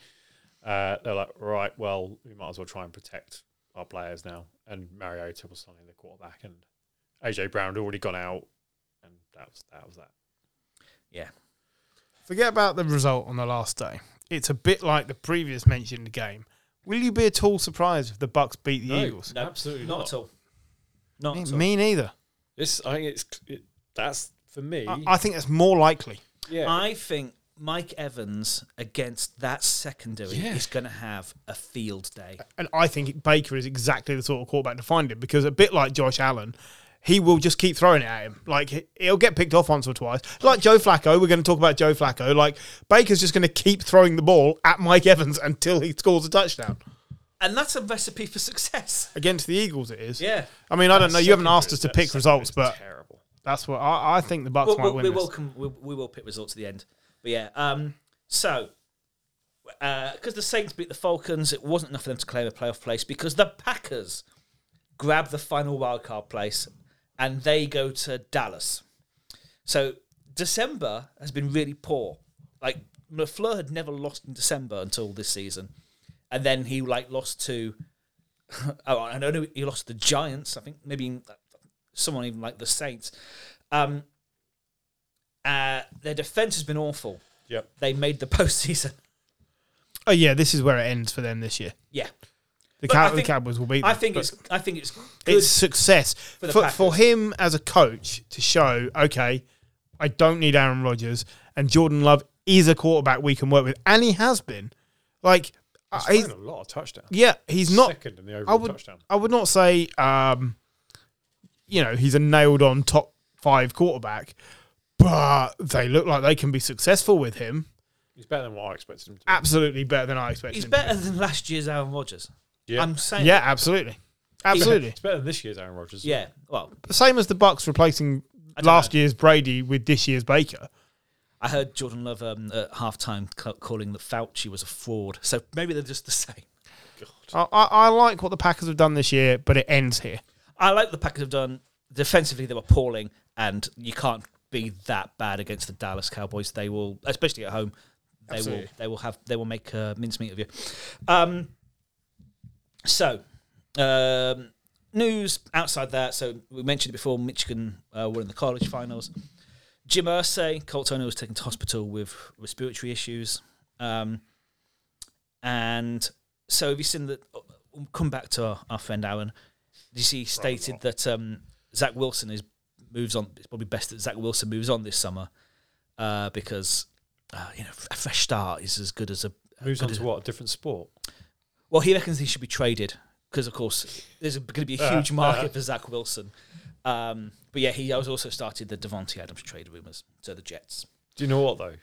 C: Uh, they're like, right, well, we might as well try and protect our players now. And Mariota was suddenly the quarterback, and AJ Brown had already gone out, and that was that was that.
A: Yeah.
B: Forget about the result on the last day. It's a bit like the previous mentioned game. Will you be at all surprised if the Bucks beat the Eagles?
A: No,
C: absolutely
A: not, at all. Not
B: Me,
A: at all.
B: me neither.
C: This, I think it's it, that's for me.
B: I, I think that's more likely.
C: yeah,
A: I think Mike Evans against that secondary
C: Yeah.
A: is going to have a field day.
B: And I think Baker is exactly the sort of quarterback to find him because a bit like Josh Allen, he will just keep throwing it at him. Like he- he'll get picked off once or twice. Like Joe Flacco, we're going to talk about Joe Flacco. Like Baker's just going to keep throwing the ball at Mike Evans until he scores a touchdown.
A: And that's a recipe for success.
B: Against the Eagles, it is.
A: Yeah.
B: I mean, I don't know. You haven't asked us to
C: That
B: pick
C: second
B: results,
C: is
B: but
C: terrible.
B: that's what I, I think the Bucks
A: We'll,
B: might
A: we'll,
B: win.
A: we
B: this.
A: will come, we, we will pick results at the end. But yeah, um, so because the Saints beat the Falcons, it wasn't enough for them to claim a playoff place because the Packers grab the final wildcard place and they go to Dallas. So December has been really poor. Like Lafleur had never lost in December until this season, and then he like lost to. oh, I know he lost to the Giants. I think maybe uh, someone even like the Saints. Um, uh, their defense has been awful.
C: Yep.
A: They made the postseason.
B: Oh yeah, this is where it ends for them this year.
A: Yeah,
B: The,
A: But
B: Cow-
A: I think-
B: the Cowboys will beat. Them,
A: I think
B: but
A: it's. I think it's. Good.
B: it's success
A: the
B: for, for
A: Packers.
B: him as a coach to show. Okay, I don't need Aaron Rodgers, and Jordan Love is a quarterback we can work with, and he has been. Like, uh,
C: He's
B: he's,
C: thrown a lot of touchdowns.
B: yeah, he's not.
C: second in the
B: I
C: overall
B: would.
C: touchdown.
B: I would not say. Um, you know, he's a nailed-on top five quarterback, but they look like they can be successful with him.
C: He's better than what I expected him to. be.
B: Absolutely better than I expected.
A: He's
B: him to be.
A: better than last year's Aaron Rodgers.
C: Yeah.
A: I'm saying.
B: Yeah, absolutely, absolutely.
C: It's better than this year's Aaron Rodgers.
A: Yeah. Well,
B: same as the Bucks replacing
A: don't
B: last year's Brady with this year's Baker.
A: I heard Jordan Love um, at halftime ca- calling that Fauci was a fraud. So maybe they're just the same.
B: I, I, I like what the Packers have done this year, but it ends here.
A: I like the Packers have done defensively. They were appalling, and you can't be that bad against the Dallas Cowboys. They will, especially at home, they will.
B: Absolutely.
A: They will have. They will make a mincemeat of you. Um, so, um, news outside that. So we mentioned it before. Michigan uh, were in the college finals. Jim Irsay, Colt Turner was taken to hospital with respiratory issues, um, and so have you seen that? We'll come back to our, our friend Aaron. Did you see he stated that um, Zach Wilson is moves on? It's probably best that Zach Wilson moves on this summer uh, because uh, you know a fresh start is as good as a
C: Moves on
A: good as-
C: to what? A different sport.
A: Well, he reckons he should be traded because, of course, there's going to be a huge market for Zach Wilson. Um, but yeah, he has also started the Devontae Adams trade rumors. So the Jets.
C: Do you know what though?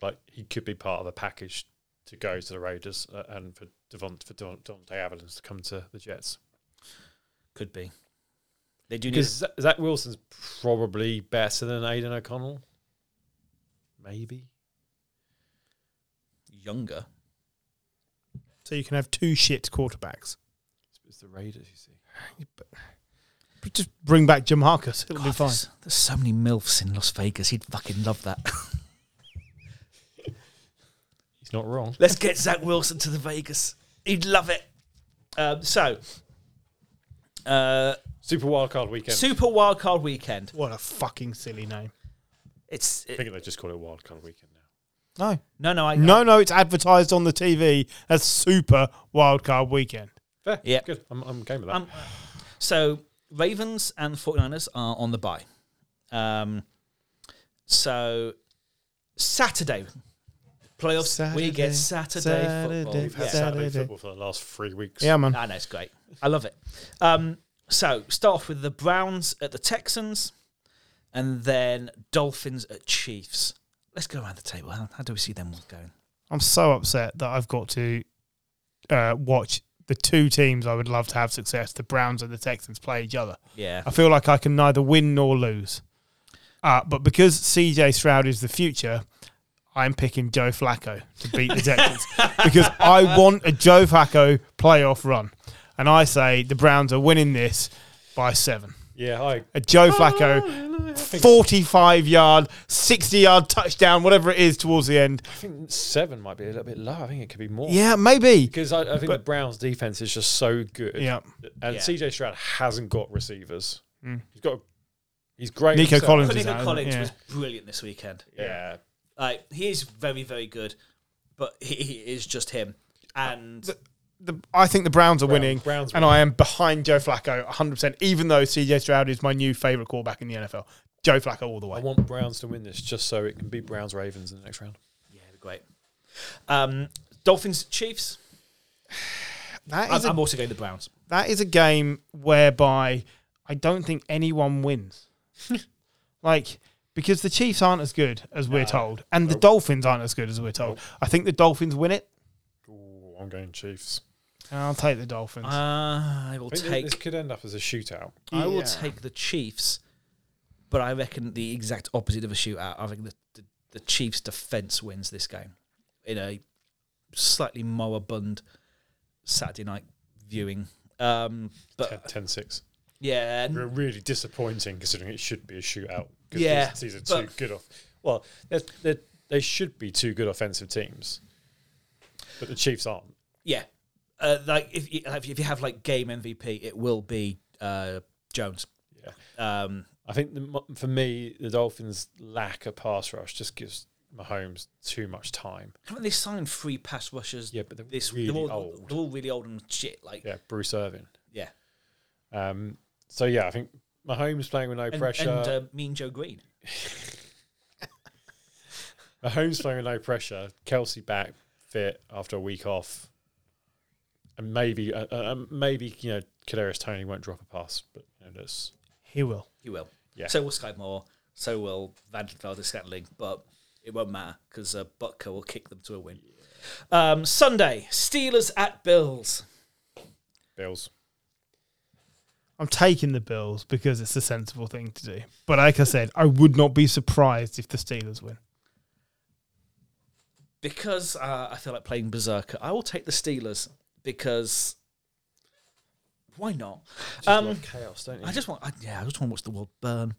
C: Like he could be part of a package to go to the Raiders uh, and for Devont for Devon- Devontae Avalanche to come to the Jets
A: Could be. They do need.
C: because Za- Zach Wilson's probably better than Aidan O'Connell. Maybe
A: younger.
B: So you can have two shit quarterbacks.
C: it's, it's the Raiders. You see,
B: But just bring back Jamarcus. It'll be
A: God,
B: fine.
A: There's, there's so many milfs in Las Vegas. He'd fucking love that.
C: he's not wrong.
A: Let's get Zach Wilson to the Vegas. He'd love it. Um, so, uh,
C: Super Wild Card Weekend.
A: Super Wildcard Weekend.
B: What a fucking silly name.
A: It's
C: I
A: it,
C: think they just call it Wild Card Weekend now.
B: No.
A: no, no, I
B: No, no, it's advertised on the TV as Super Wildcard Weekend.
C: Fair.
A: Yeah.
C: Good. I'm, I'm game with that.
A: Um, so Ravens and 49ers are on the bye. Um, so Saturday playoffs. we get Saturday, football.
B: Saturday,
C: We've had
A: Yeah.
C: Saturday
B: Saturday.
C: football for the last three weeks.
B: Yeah, man.
A: I know it's great. I love it. Um, so start off with the Browns at the Texans, and then Dolphins at Chiefs. Let's go around the table. How, how do we see them all going?
B: I'm so upset that I've got to uh, watch the two teams I would love to have success, the Browns and the Texans, play each other.
A: Yeah,
B: I feel like I can neither win nor lose. Uh, but because CJ Stroud is the future, I'm picking Joe Flacco to beat the Texans because I want a Joe Flacco playoff run. And I say the Browns are winning this by seven.
C: Yeah, I
B: A Joe Flacco
C: Oh.
B: 45 yard, 60 yard touchdown, whatever it is towards the end.
C: I think seven might be a little bit low. I think it could be more.
B: Yeah, maybe.
C: Because I, I think the Browns' defense is just so good.
B: Yeah.
C: And
A: Yeah.
C: CJ Stroud hasn't got receivers. He's got. He's great.
B: Mm. Nico
C: himself.
B: Collins is
A: Nico
B: out.
A: Collins
B: yeah.
A: was brilliant this weekend.
C: Yeah.
A: Like he is very, very good, but he, he is just him.
B: Uh,
A: And
B: the, I think the Browns are winning,
C: Browns
B: and I am behind Joe Flacco 100%, even though CJ Stroud is my new favourite quarterback in the NFL. Joe Flacco all the
C: I
B: way.
C: want Browns to win this just so it can beat Browns Ravens in the next round.
A: yeah, it'd be great. Um, Dolphins Chiefs.
B: That
A: I'm,
B: is, a,
A: I'm also going the Browns.
B: that is a game whereby I don't think anyone wins. like, because the Chiefs aren't as good as we're told, and the Dolphins aren't as good as we're told. I think the Dolphins win it.
C: Ooh, I'm going Chiefs.
B: and I'll take the Dolphins.
A: Uh, Ah, I will
C: I think this
A: take.
C: could end up as a shootout.
A: I will
B: Yeah.
A: take the Chiefs, but I reckon the exact opposite of a shootout. I think the the, the Chiefs' defense wins this game in a slightly moribund Saturday night viewing. Um,
C: Ten-
A: but
C: 10-6.
A: yeah,
C: Re- really disappointing considering it should be a shootout. 'cause
A: Yeah,
C: these, these are two
A: but-
C: good off. Well, they're, they're, they should be two good offensive teams, but the Chiefs aren't.
A: Yeah, uh, like if you, if you- if you have like game MVP, it will be uh, Jones.
C: Yeah.
A: Um,
C: I think the, mo- for me, the Dolphins' lack of pass rush just gives Mahomes too much time.
A: haven't they signed three pass rushers?
C: Yeah, but they're
A: this
C: really
A: they're all,
C: old.
A: They're all really old and shit. Like yeah,
C: Yeah, Bruce Irving. Um, so yeah, I think Mahomes playing with no
A: and,
C: pressure.
A: and uh, Mean Joe Green.
C: Mahomes playing with no pressure. Kelsey back fit after a week off, and maybe uh, uh, maybe you know Kadarius Tony won't drop a pass, but you know, that's
B: he will.
A: He will.
C: Yeah.
A: So will Sky Moore. So will Vandenvelde Scantling. But it won't matter because uh, Butker will kick them to a win. Um, Sunday, Steelers at Bills.
C: Bills.
B: I'm taking the Bills because it's a sensible thing to do. But like I said, I would not be surprised if the Steelers win.
A: Because uh, I feel like playing Berserker, I will take the Steelers because why not? Um,
C: chaos, don't you?
A: I just want, I, yeah, I just want to watch the world burn.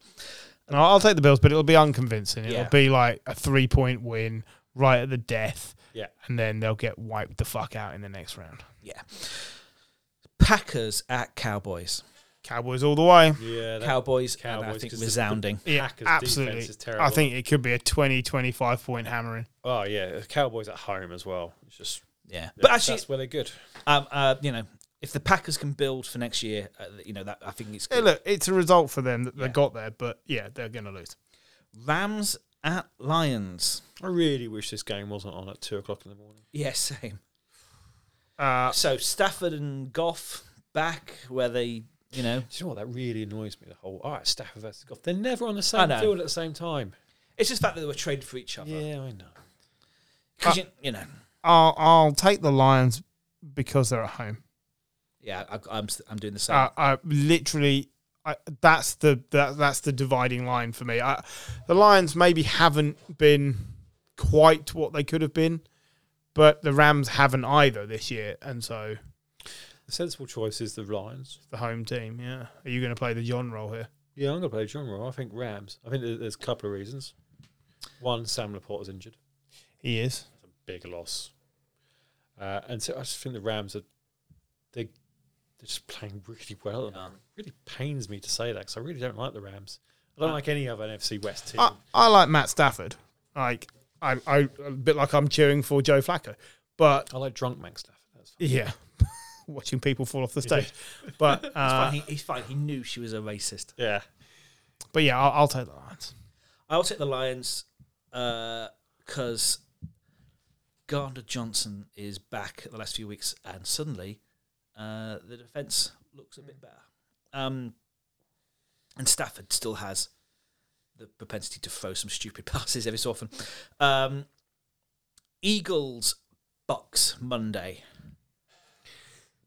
B: And I'll, I'll take the Bills, but it'll be unconvincing.
A: Yeah.
B: It'll be like a three point win right at the death,
C: yeah,
B: and then they'll get wiped the fuck out in the next round.
A: Yeah. Packers at Cowboys.
B: Cowboys all the way.
C: yeah. That
A: Cowboys, and I
C: Cowboys,
A: think
C: 'cause the-
A: resounding.
B: Yeah,
C: Packers'
B: absolutely.
C: defense is terrible.
B: I think it could be a 20, 25 point hammering.
C: oh yeah, Cowboys at home as well. It's just,
A: yeah. But
C: that's-
A: actually,
C: that's where they're good.
A: um, uh, you know, if the Packers can build for next year, uh, you know, that I think it's
B: Hey,
A: good.
B: look, it's a result for them that they
A: Yeah.
B: got there, but yeah, they're going to lose.
A: Rams at Lions.
C: I really wish this game wasn't on at two o'clock in the morning.
A: Yeah, same.
B: Uh,
A: So Stafford and Goff back where they, you know,
C: Do you know what? That really annoys me. The whole all right, Stafford versus Goff. They're never on the same
A: know.
C: field at the same time.
A: It's just the fact that they were traded for each other.
C: Yeah, I know.
A: 'Cause you, you know,
B: I'll I'll take the Lions because they're at home.
A: yeah, I, I'm I'm doing the same.
B: Uh, I literally, I, that's the that, that's the dividing line for me. I, the Lions maybe haven't been quite what they could have been, but the Rams haven't either this year, and so
C: The sensible choice is the Lions.
B: the home team. Yeah, are you going to play the John role here?
C: Yeah, I'm going to play John Roy. I think Rams. I think there- there's a couple of reasons. One, Sam Laporte is injured.
B: He is.
C: It's a big loss. Uh, and so I just think the Rams are they they're just playing really well.
A: Yeah.
C: It really pains me to say that because I really don't like the Rams. I don't like any other NFC West team.
B: I, I like Matt Stafford. Like I, I a bit like I'm cheering for Joe Flacco, but
C: I like drunk Max Stafford. That's fine.
B: yeah, watching people fall off the stage. But uh,
A: Fine, he, he's fine. He knew she was a racist.
C: Yeah.
B: but yeah, I'll, I'll take the Lions.
A: I'll take the Lions because Gardner Johnson is back the last few weeks, and suddenly uh, the defense looks a bit better. Um, and Stafford still has the propensity to throw some stupid passes every so often. Um, Eagles, Bucks Monday.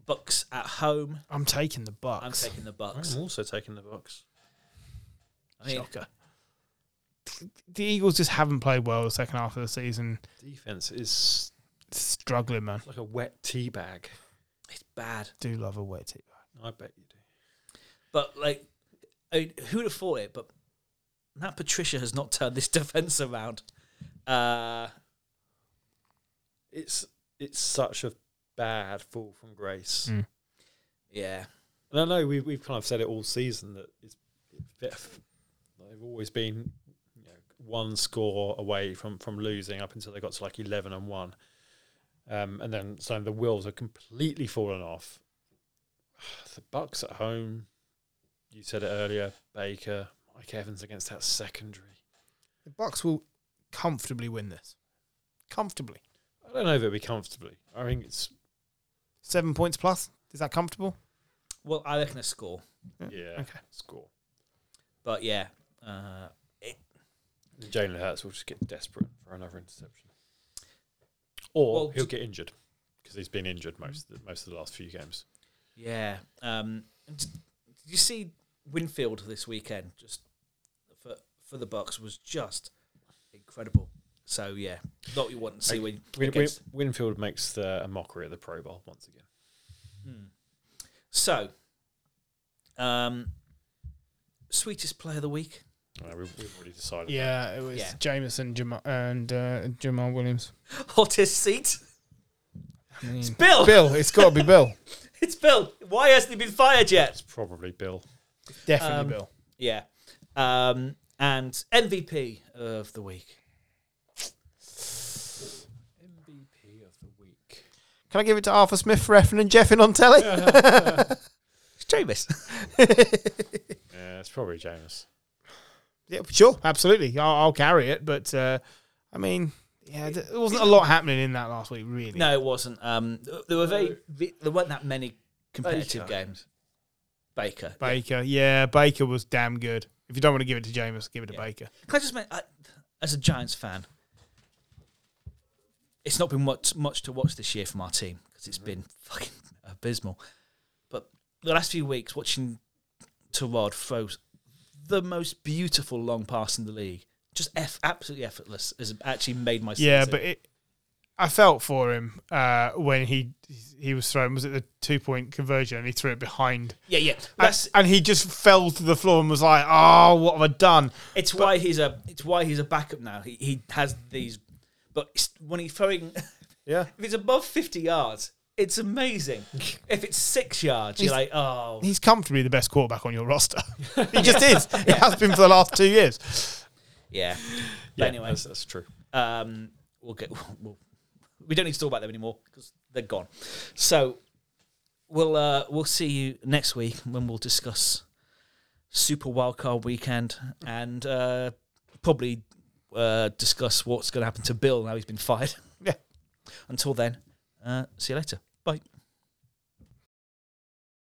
A: Bucks at home.
B: I'm taking the
A: I'm
B: Bucks.
A: taking the Bucks.
C: I'm also taking the Bucks.
A: I mean,
B: the Eagles just haven't played well the second half of the season.
C: Defense is
B: Struggling, man.
C: like a wet tea bag.
A: it's bad.
B: Do love a wet tip.
C: I bet you do.
A: But like, I mean, who'd have thought it? But Matt Patricia has not turned this defense around. Uh,
C: It's it's such a bad fall from grace.
B: Mm.
A: yeah,
C: And I know we've, we've kind of said it all season that it's, it's a bit of- they've always been you know, one score away from, from losing up until they got to like 11 and 1. Um, and then so the wheels are completely fallen off. The Bucks at home, you said it earlier, Baker, Mike Evans against that secondary.
B: The Bucks will comfortably win this. Comfortably.
C: I don't know if it'll be comfortably. I think it's,
B: Seven points plus. Is that comfortable?
A: well, I reckon a score,
C: yeah,
B: Okay.
C: score.
A: but yeah, uh,
C: Jalen Hurts will just get desperate for another interception, or
A: Well,
C: he'll
A: d-
C: get injured because he's been injured most of the, most of the last few games.
A: yeah. Um, and d- did you see Winfield this weekend? Just for for the Bucks was just incredible. So yeah, not what you want to see when
C: Win, Win,
A: against-
C: Winfield makes the, a mockery of the Pro Bowl once again.
A: So, um, sweetest player of the week.
C: Uh, we, we've already decided.
B: Yeah, it was
A: Yeah.
B: Jameson Jama- and uh, Jamal Williams.
A: Hottest seat. It's Bill.
B: Bill, it's got to be Bill.
A: It's Bill. Why hasn't he been fired yet?
C: It's probably Bill.
B: Definitely
A: Um,
B: Bill.
A: Yeah. Um, and MVP of the week.
C: MVP of the week.
B: Can I give it to Arthur Smith for effing and jeffing on telly?
A: It's Jameis.
C: Yeah, it's probably James.
B: Yeah, sure, absolutely. I'll, I'll carry it, but uh, I mean, yeah, there wasn't a lot happening in that last week, really.
A: No, it wasn't. Um, there were very, there weren't that many competitive
C: Baker.
A: games. Baker.
B: Baker, yeah, Baker was damn good. If you don't want to give it to Jameis, give it to
A: Yeah.
B: Baker.
A: Can I just make, I, as a Giants fan, it's not been much much to watch this year from our team because
B: Mm-hmm.
A: it's been fucking abysmal. But the last few weeks, watching Terod throw the most beautiful long pass in the league, just eff, absolutely effortless, has actually made my
B: Yeah,
A: season.
B: but it, I felt for him uh, when he he was throwing was it the two point conversion and he threw it behind,
A: yeah, yeah. That's
B: and, and he just fell to the floor and was like, "Oh, what have I done?"
A: It's why he's a it's why he's a backup now. He he has these, but it's- when he's throwing,
B: Yeah.
A: if it's above fifty yards, it's amazing. if it's six yards, you're like, oh,
B: He's comfortably the best quarterback on your roster. he just is. He has been for the last two years.
A: yeah.
C: Yeah,
A: But anyway,
C: that's, that's true.
A: um, we'll get we'll, we don't need to talk about them anymore because they're gone. So we'll uh, we'll see you next week when we'll discuss Super Wildcard Weekend and uh, probably uh, discuss what's going to happen to Bill now he's been fired.
B: Yeah.
A: Until then, uh, see you later. Bye.